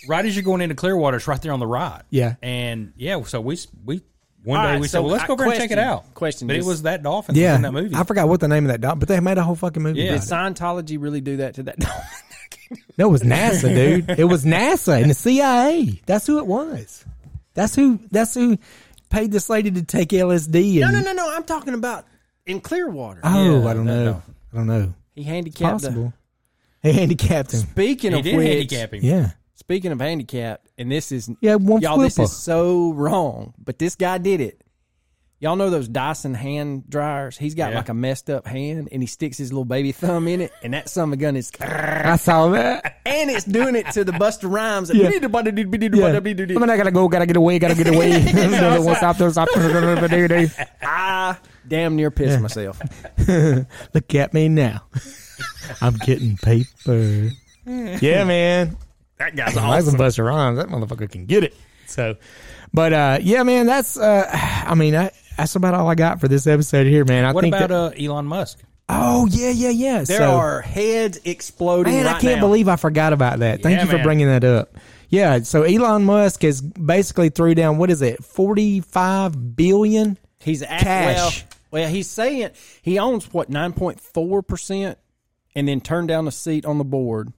Speaker 5: Right as you're going into Clearwater, it's right there on the right.
Speaker 1: Yeah.
Speaker 5: and yeah, so we we one
Speaker 4: All
Speaker 5: day
Speaker 4: right,
Speaker 5: we
Speaker 4: so
Speaker 5: said, well, let's
Speaker 4: I-
Speaker 5: go over and check it
Speaker 4: question-
Speaker 5: out.
Speaker 4: question,
Speaker 5: but it
Speaker 4: just-
Speaker 5: was that dolphin that was
Speaker 1: Yeah,
Speaker 5: in that movie.
Speaker 1: I forgot what the name of that dog, but they made a whole fucking movie.
Speaker 5: Yeah.
Speaker 1: Yeah.
Speaker 4: Did Scientology really do that to that dog?
Speaker 1: No, it was NASA, dude. It was NASA and the CIA. That's who it was. That's who. That's who paid this lady to take LSD.
Speaker 4: no,
Speaker 1: And,
Speaker 4: no, no, no. I'm talking about in Clearwater.
Speaker 1: Oh,
Speaker 5: Yeah,
Speaker 1: I don't
Speaker 5: that
Speaker 1: know.
Speaker 5: dog.
Speaker 1: I don't know.
Speaker 4: he handicapped.
Speaker 1: Possible. Hey, handicapped him.
Speaker 4: The, speaking
Speaker 5: he
Speaker 4: of
Speaker 5: did
Speaker 4: which,
Speaker 5: handicap him.
Speaker 1: Yeah.
Speaker 4: speaking of handicapped, and this is
Speaker 1: Yeah, one
Speaker 4: y'all. This
Speaker 1: flipper.
Speaker 4: is so wrong, but this guy did it. Y'all know those Dyson hand dryers? He's got
Speaker 5: Yeah.
Speaker 4: like a messed up hand, and he sticks his little baby thumb in it, and that son of a gun is, and
Speaker 1: I saw that.
Speaker 4: it's doing it to the Buster Rhymes.
Speaker 1: Yeah. Yeah. I
Speaker 4: Yeah.
Speaker 1: mean, I gotta go. Gotta get away. Gotta get away.
Speaker 4: I damn near pissed myself.
Speaker 1: Look at me now. I'm getting paper. yeah, man.
Speaker 5: that guy's
Speaker 1: That's some Buster Rhymes. That motherfucker can get it. So, but uh, yeah, man, that's. Uh, I mean, I, that's about all I got for this episode here, man. I
Speaker 5: What
Speaker 1: think.
Speaker 5: about
Speaker 1: that-
Speaker 5: uh, Elon Musk?
Speaker 1: oh yeah, yeah, yeah.
Speaker 4: There
Speaker 1: so,
Speaker 4: are heads exploding.
Speaker 1: Man, I
Speaker 4: right
Speaker 1: can't
Speaker 4: now.
Speaker 1: believe I forgot about that. Thank
Speaker 5: Yeah,
Speaker 1: you for
Speaker 5: man.
Speaker 1: bringing that up. Yeah, so Elon Musk has basically threw down what is it, forty five billion?
Speaker 4: He's at,
Speaker 1: Cash.
Speaker 4: Well, well, he's saying he owns what nine point four percent, and then turned down a seat on the board,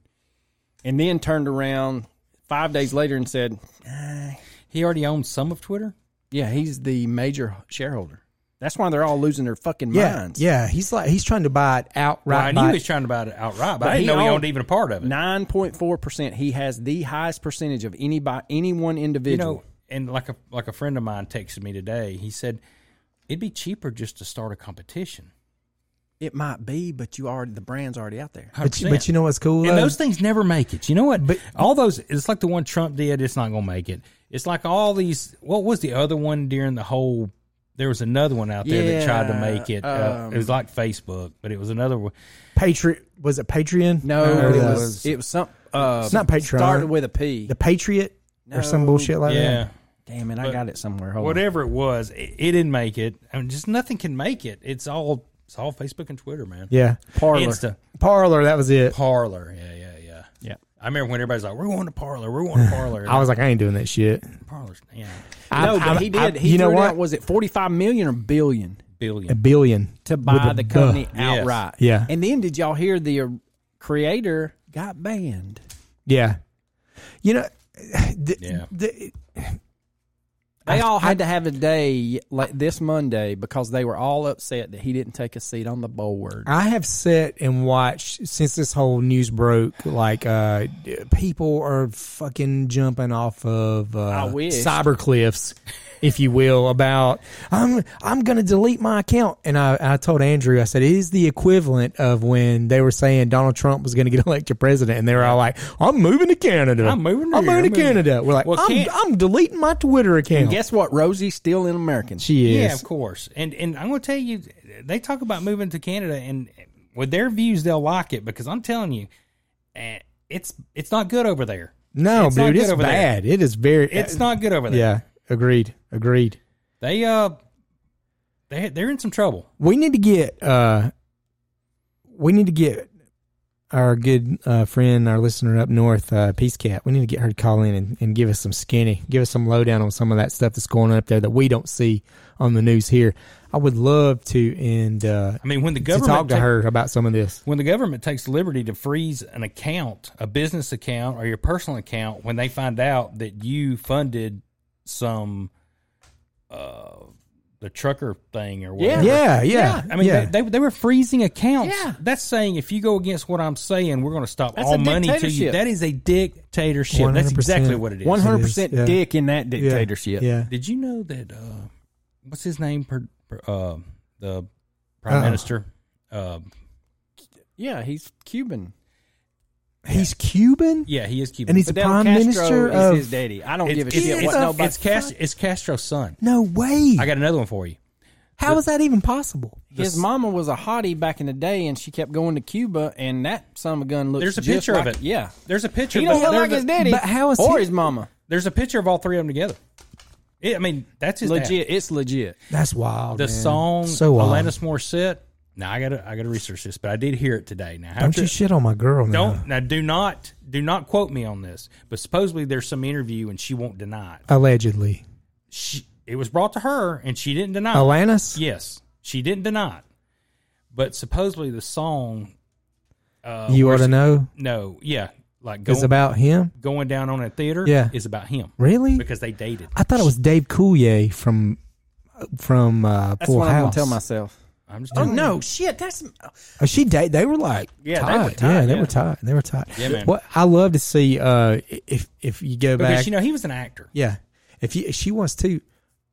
Speaker 4: and then turned around five days later and said,
Speaker 5: He already owns some of Twitter.
Speaker 4: "Yeah, he's the major shareholder." That's why they're all losing their fucking
Speaker 1: Yeah,
Speaker 4: minds.
Speaker 1: yeah. He's like he's trying to buy it outright.
Speaker 5: Well, I knew
Speaker 1: by-
Speaker 5: he was trying to buy it outright, but,
Speaker 4: But
Speaker 5: I didn't
Speaker 4: he
Speaker 5: know he
Speaker 4: owned-
Speaker 5: owned even a part of it.
Speaker 4: Nine point four percent. He has the highest percentage of any by any one
Speaker 5: you
Speaker 4: individual.
Speaker 5: know, and like a like a friend of mine texted me today. He said it'd be cheaper just to start a competition.
Speaker 4: it might be, but you already the brand's already out there.
Speaker 1: but, you, but you know what's cool?
Speaker 5: and
Speaker 1: though?
Speaker 5: those things never make it. You know what?
Speaker 1: But-
Speaker 5: all those, it's like the one Trump did. It's not going to make it. It's like all these. What was the other one during the whole? There was another one out there that tried to
Speaker 4: Yeah,
Speaker 5: make it. Uh, it was
Speaker 1: um,
Speaker 5: like Facebook, but it was another one.
Speaker 1: Patriot was it Patreon?
Speaker 4: No,
Speaker 1: Or
Speaker 4: it
Speaker 1: the-
Speaker 4: was it was some. Uh,
Speaker 1: It's not Patreon.
Speaker 4: Started with a P.
Speaker 1: the Patriot or some
Speaker 4: No.
Speaker 1: bullshit like
Speaker 5: Yeah,
Speaker 1: that.
Speaker 4: Damn it, I got it somewhere. Hold on.
Speaker 5: whatever it was, it, it didn't make it. I mean, just nothing can make it. It's all it's all Facebook and Twitter, man.
Speaker 1: Yeah,
Speaker 4: Parlor.
Speaker 5: Insta,
Speaker 1: Parlor. That was it.
Speaker 5: parlor. Yeah, yeah, yeah.
Speaker 4: Yeah.
Speaker 5: I remember when everybody's like, "We're going to parlor. We're going to parlor."
Speaker 1: I was like, I ain't doing that shit.
Speaker 5: parlors. Yeah,
Speaker 1: I-
Speaker 4: no, but
Speaker 1: I-
Speaker 4: he
Speaker 1: I-
Speaker 4: did. he
Speaker 1: you know
Speaker 4: threw
Speaker 1: what?
Speaker 4: Out, was it forty five million or billion
Speaker 1: a
Speaker 5: billion.
Speaker 1: billion
Speaker 4: to buy
Speaker 1: With a
Speaker 4: the
Speaker 1: buh.
Speaker 4: company
Speaker 5: Yes.
Speaker 4: outright?
Speaker 1: Yeah.
Speaker 4: And then did y'all hear the uh, creator got banned?
Speaker 1: Yeah, you know. The,
Speaker 5: Yeah.
Speaker 1: the-
Speaker 4: They all had to have a day like this Monday because they were all upset that he didn't take a seat on the board.
Speaker 1: I have sat and watched since this whole news broke. Like, uh, people are fucking jumping off of uh,
Speaker 4: wish.
Speaker 1: cyber cliffs, if you will. About I'm I'm gonna delete my account, and I, I told Andrew I said it is the equivalent of when they were saying Donald Trump was gonna get elected president, and they were all like, "I'm moving to Canada.
Speaker 5: I'm moving to
Speaker 1: I'm
Speaker 5: here.
Speaker 1: moving to
Speaker 5: I'm moving-
Speaker 1: Canada." We're like,
Speaker 5: Well,
Speaker 1: I'm,
Speaker 5: can't-
Speaker 1: "I'm deleting my Twitter account."
Speaker 4: Guess what? Rosie's still an American.
Speaker 1: she is.
Speaker 5: Yeah, of course. And and I'm going to tell you, they talk about moving to Canada, and with their views, they'll like it because I'm telling you, eh, it's it's not good over there.
Speaker 1: No,
Speaker 5: It's not
Speaker 1: dude,
Speaker 5: good
Speaker 1: it's
Speaker 5: over there.
Speaker 1: bad. It is very.
Speaker 5: It's not good over there.
Speaker 1: Yeah, agreed. Agreed.
Speaker 5: They uh, they they're in some trouble.
Speaker 1: We need to get. uh We need to get. our good uh, friend, our listener up north, uh, Peace Cat. We need to get her to call in and, and give us some skinny, give us some lowdown on some of that stuff that's going on up there that we don't see on the news here. I would love to and uh,
Speaker 5: I mean, when the
Speaker 1: to
Speaker 5: government
Speaker 1: talk to
Speaker 5: ta-
Speaker 1: her about some of this.
Speaker 5: when the government takes the liberty to freeze an account, a business account or your personal account, when they find out that you funded some, uh, the trucker thing or whatever.
Speaker 1: Yeah, yeah.
Speaker 5: I mean,
Speaker 1: yeah.
Speaker 5: They, they, they were freezing accounts.
Speaker 4: Yeah.
Speaker 5: That's saying if you go against what I'm saying, we're going to stop
Speaker 4: That's
Speaker 5: all
Speaker 4: a
Speaker 5: money to you.
Speaker 4: dictatorship.
Speaker 5: That is a dictatorship. That's
Speaker 1: 100%.
Speaker 5: exactly what it is.
Speaker 4: One hundred percent
Speaker 1: It is, yeah.
Speaker 4: dick in that
Speaker 1: Yeah,
Speaker 4: dictatorship.
Speaker 1: Yeah.
Speaker 5: Did you know that, uh, what's his name, per, per, uh, the prime
Speaker 1: Uh-uh.
Speaker 5: minister? Uh,
Speaker 4: Yeah, he's Cuban.
Speaker 1: He's Cuban
Speaker 5: yeah, he is Cuban.
Speaker 1: and he's the
Speaker 4: Fidel
Speaker 1: prime
Speaker 4: Castro
Speaker 1: minister
Speaker 4: is
Speaker 1: of.
Speaker 4: his daddy. I don't give a
Speaker 5: it's,
Speaker 4: shit
Speaker 5: it's,
Speaker 4: what
Speaker 5: it's-
Speaker 4: nobody.
Speaker 5: it's Cast- it's Castro's son.
Speaker 1: no way.
Speaker 5: I got another one for you.
Speaker 1: How is that even possible?
Speaker 4: his mama was a hottie back in the day, and she kept going to Cuba, and that son of a gun looks.
Speaker 5: There's a
Speaker 4: just
Speaker 5: picture of
Speaker 4: like-
Speaker 5: it.
Speaker 4: Yeah,
Speaker 5: There's a picture.
Speaker 4: he don't look
Speaker 5: but there's
Speaker 4: like
Speaker 5: a-
Speaker 4: his daddy.
Speaker 1: but how is
Speaker 4: or
Speaker 1: he-
Speaker 4: his mama?
Speaker 5: There's a picture of all three of them together. Yeah, I mean, that's his dad.
Speaker 4: Legit, it's legit.
Speaker 1: That's wild.
Speaker 5: The
Speaker 1: man.
Speaker 5: song
Speaker 1: so wild.
Speaker 5: Alanis Morissette. Now I gotta I gotta research this, but I did hear it today. Now how
Speaker 1: Don't you
Speaker 5: true-
Speaker 1: shit on my girl now.
Speaker 5: don't now do not do not quote me on this. But supposedly there's some interview and she won't deny it.
Speaker 1: Allegedly.
Speaker 5: She, it was brought to her and she didn't deny it.
Speaker 1: Alanis?
Speaker 5: Yes, she didn't deny it. But supposedly the song uh,
Speaker 1: you ought
Speaker 5: where's-
Speaker 1: to know.
Speaker 5: No, yeah, like
Speaker 1: Is
Speaker 5: going
Speaker 1: about him.
Speaker 5: going down on a theater
Speaker 1: Yeah.
Speaker 5: is about him
Speaker 1: Really?
Speaker 5: because they dated.
Speaker 1: I thought it was Dave Coulier from from uh,
Speaker 4: That's
Speaker 1: Full
Speaker 4: what I'm gonna
Speaker 1: House.
Speaker 4: tell myself.
Speaker 5: I'm just
Speaker 4: Oh
Speaker 5: telling you.
Speaker 4: no, shit! That's
Speaker 1: Oh, she date. They were like
Speaker 5: Yeah, they
Speaker 1: tied.
Speaker 5: were tied,
Speaker 1: Yeah, they
Speaker 5: yeah.
Speaker 1: were tied. They were tied.
Speaker 5: Yeah, man.
Speaker 1: What I love to see uh, if if you go
Speaker 5: because
Speaker 1: back.
Speaker 5: you know he was an actor.
Speaker 1: yeah, if you, she was too.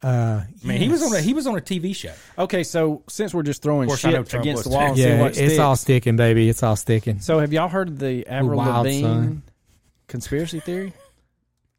Speaker 1: Uh,
Speaker 5: I mean, he was on a he was on a TV show.
Speaker 4: okay. So since we're just throwing
Speaker 5: course, I know
Speaker 4: shit
Speaker 5: Trump
Speaker 4: against the
Speaker 5: was
Speaker 4: wall,
Speaker 5: too.
Speaker 4: and see
Speaker 1: yeah,
Speaker 4: what
Speaker 1: it's
Speaker 4: sticks.
Speaker 1: all sticking, baby. It's all sticking.
Speaker 4: So have y'all heard the Avril
Speaker 1: wild,
Speaker 4: Lavigne
Speaker 1: son.
Speaker 4: conspiracy theory?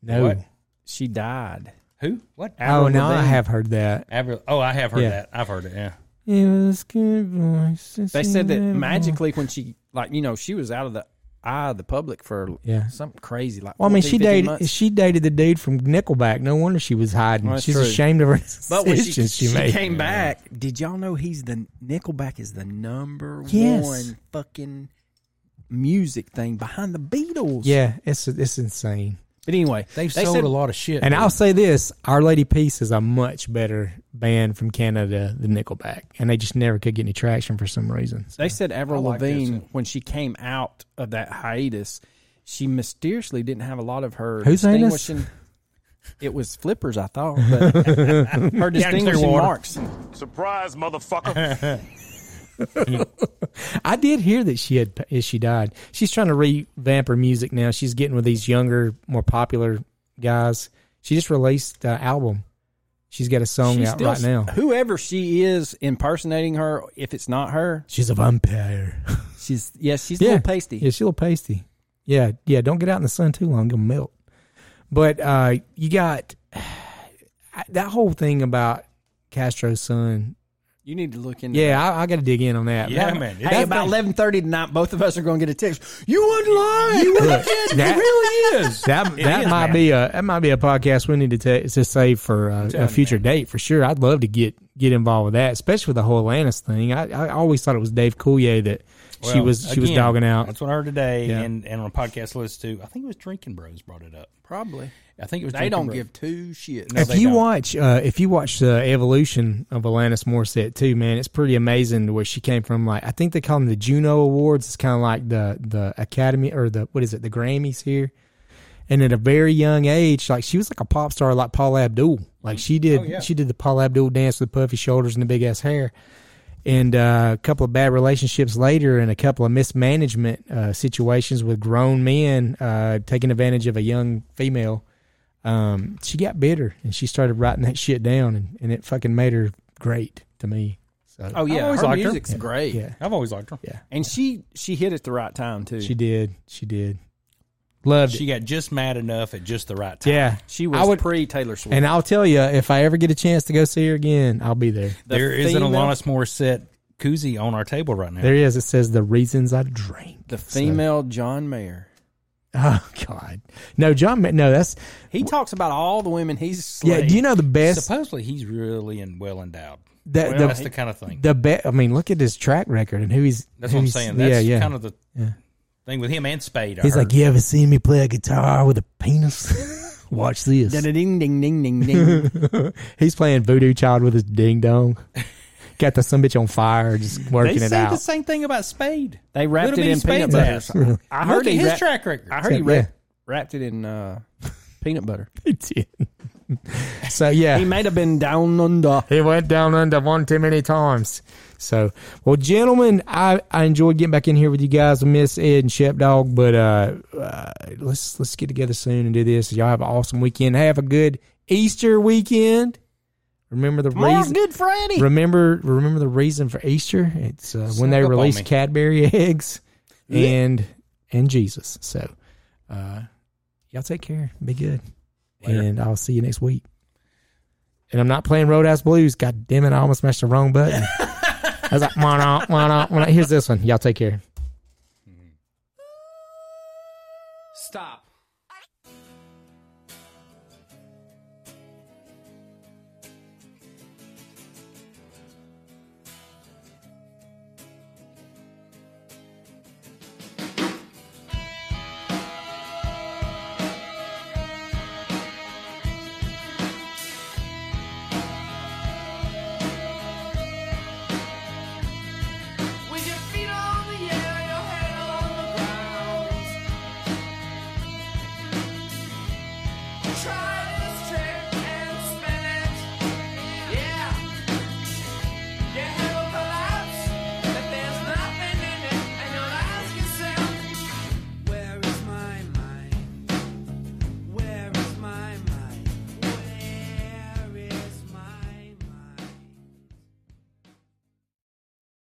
Speaker 1: No.
Speaker 5: What?
Speaker 4: She died.
Speaker 5: Who? What?
Speaker 1: Oh,
Speaker 4: Avril
Speaker 1: no, I
Speaker 4: Lavigne.
Speaker 1: have heard that.
Speaker 5: Avril. Oh, I have heard
Speaker 1: Yeah.
Speaker 5: that. I've heard it. Yeah.
Speaker 1: It was good voices
Speaker 4: They said that
Speaker 1: in the
Speaker 4: magically when she like you know she was out of the eye of the public for
Speaker 1: Yeah.
Speaker 4: something crazy like.
Speaker 1: Well, I mean,
Speaker 4: 14,
Speaker 1: she
Speaker 4: 15
Speaker 1: dated
Speaker 4: months.
Speaker 1: she dated the dude from Nickelback. No wonder she was hiding.
Speaker 4: Well, that's
Speaker 1: She's
Speaker 4: true.
Speaker 1: ashamed of her
Speaker 4: But when she,
Speaker 1: decisions she,
Speaker 4: she
Speaker 1: made.
Speaker 4: came back, did y'all know he's the Nickelback is the number
Speaker 1: Yes.
Speaker 4: one fucking music thing behind the Beatles?
Speaker 1: Yeah, it's it's insane.
Speaker 4: But anyway,
Speaker 5: They've
Speaker 4: they
Speaker 5: sold
Speaker 4: said-
Speaker 5: a lot of shit.
Speaker 1: And I'll say this: Our Lady Peace is a much better band from Canada than Nickelback, and they just never could get any traction for some reasons.
Speaker 4: They said Avril
Speaker 5: like this
Speaker 4: Lavigne
Speaker 5: one.
Speaker 4: when she came out of that hiatus, she mysteriously didn't have a lot of her
Speaker 1: Whose anus?
Speaker 4: distinguishing. It was flippers, I thought, but her distinguishing
Speaker 5: Clearwater.
Speaker 4: marks.
Speaker 6: Surprise, motherfucker.
Speaker 1: I did hear that she had as she died. She's trying to revamp her music now. She's getting with these younger, more popular guys. She just released an album. She's got a song
Speaker 4: She's
Speaker 1: out
Speaker 4: still-
Speaker 1: right now.
Speaker 4: Whoever she is impersonating her, if it's not her,
Speaker 1: She's a vampire.
Speaker 4: she's yes, she's a little pasty.
Speaker 1: Yeah, she's a little pasty. Yeah, yeah. Don't get out in the sun too long; you'll melt. But uh, you got I- that whole thing about Castro's son.
Speaker 4: You need to look into
Speaker 1: Yeah, I, I got to dig in on that.
Speaker 5: yeah,
Speaker 1: That-
Speaker 5: man.
Speaker 4: That. Hey, about eleven thirty tonight, both of us are going to get a text. You wouldn't lie. You
Speaker 1: Look, that-
Speaker 5: really is.
Speaker 1: That, that
Speaker 5: is,
Speaker 1: might
Speaker 5: man.
Speaker 1: be a that might be a podcast we need to ta- to save for uh, a
Speaker 5: telling you,
Speaker 1: future
Speaker 5: man.
Speaker 1: date for sure. I'd love to get get involved with that, especially with the whole Atlantis thing. I, I always thought it was Dave Coulier that she
Speaker 5: Well,
Speaker 1: was she was
Speaker 5: again,
Speaker 1: dogging out.
Speaker 5: That's what I heard today,
Speaker 1: Yeah.
Speaker 5: and, and on a podcast list too. I think it was Drinking Bros brought it up.
Speaker 4: probably.
Speaker 5: I think it was.
Speaker 4: They
Speaker 5: Drinking
Speaker 4: don't
Speaker 5: Bros.
Speaker 4: give two shits.
Speaker 5: No,
Speaker 1: if
Speaker 5: they
Speaker 1: you
Speaker 5: don't.
Speaker 1: watch uh, if you watch the evolution of Alanis Morissette too, man, it's pretty amazing to where she came from. Like I think they call them the Juno Awards. It's kind of like the the Academy or the what is it the Grammys here. And at a very young age, like she was like a pop star, like Paul Abdul. Like she
Speaker 5: Oh,
Speaker 1: did, she did the Paul Abdul dance with puffy shoulders and the big ass hair. And uh, a couple of bad relationships later, and a couple of mismanagement uh, situations with grown men uh, taking advantage of a young female um, she got bitter and she started writing that shit down, and, and it fucking made her great to me. So
Speaker 4: Oh yeah,
Speaker 5: always
Speaker 4: her
Speaker 5: liked her.
Speaker 4: music's great,
Speaker 1: yeah,
Speaker 5: I've always liked her.
Speaker 4: and she she hit it the right time too.
Speaker 1: she
Speaker 4: She,
Speaker 1: did, she did, loved
Speaker 5: She
Speaker 1: it.
Speaker 5: got just mad enough at just the right time.
Speaker 1: Yeah,
Speaker 4: was
Speaker 1: I would,
Speaker 4: pre Taylor Swift.
Speaker 1: and I'll tell you if I ever get a chance to go see her again, I'll be there.
Speaker 4: The
Speaker 5: there is an
Speaker 4: female-
Speaker 5: Alanis Morissette koozie on our table right now.
Speaker 1: There he is. It says the reasons I drank.
Speaker 4: The female John Mayer.
Speaker 1: Oh God, no, John. Ma- No, that's
Speaker 4: He talks about all the women he's
Speaker 1: yeah.
Speaker 4: slayed.
Speaker 1: Do you know the best?
Speaker 5: Supposedly he's really and well endowed.
Speaker 1: That,
Speaker 5: Well,
Speaker 1: the,
Speaker 5: that's the kind of thing.
Speaker 1: the be- I mean, look at his track record and who he's.
Speaker 5: That's
Speaker 1: who
Speaker 5: what I'm
Speaker 1: he's-
Speaker 5: saying. That's
Speaker 1: yeah, yeah.
Speaker 5: kind of the thing with him and Spade. I
Speaker 1: He's
Speaker 5: heard.
Speaker 1: like, you ever seen me play a guitar with a penis? Watch this.
Speaker 4: Ding ding ding ding ding.
Speaker 1: He's playing Voodoo Child with his ding dong. Got the some bitch on fire, just
Speaker 5: They
Speaker 1: working
Speaker 5: say
Speaker 1: it
Speaker 5: the
Speaker 1: out.
Speaker 5: same thing about Spade.
Speaker 4: They wrapped
Speaker 5: Little
Speaker 4: it in
Speaker 5: bitty
Speaker 4: peanut
Speaker 5: Spade's
Speaker 4: butter.
Speaker 5: ass.
Speaker 4: I
Speaker 5: Look
Speaker 4: heard
Speaker 5: at
Speaker 4: he
Speaker 5: his
Speaker 4: wrapped,
Speaker 5: track record.
Speaker 4: I heard he
Speaker 1: Yeah.
Speaker 4: wrapped, wrapped it in uh, peanut butter.
Speaker 1: He did. so yeah,
Speaker 4: He might have been down under.
Speaker 1: He went down under one too many times. So, well, gentlemen, I, I enjoyed getting back in here with you guys, Miss Ed and Shep Dog. But uh, uh, let's let's get together soon and do this. Y'all have an awesome weekend. Have a good Easter weekend. Remember the reason.
Speaker 4: Good Friday.
Speaker 1: Remember remember the reason for Easter. It's uh, when they
Speaker 5: up on
Speaker 1: released
Speaker 5: me.
Speaker 1: Cadbury eggs and and Jesus. So, uh, y'all take care. Be good, and I'll see you next week. And I'm not playing Roadhouse Blues. God damn it! I almost mashed the wrong button. I was like, why not, why not, why not? Here's this one. Y'all take care.
Speaker 7: Stop.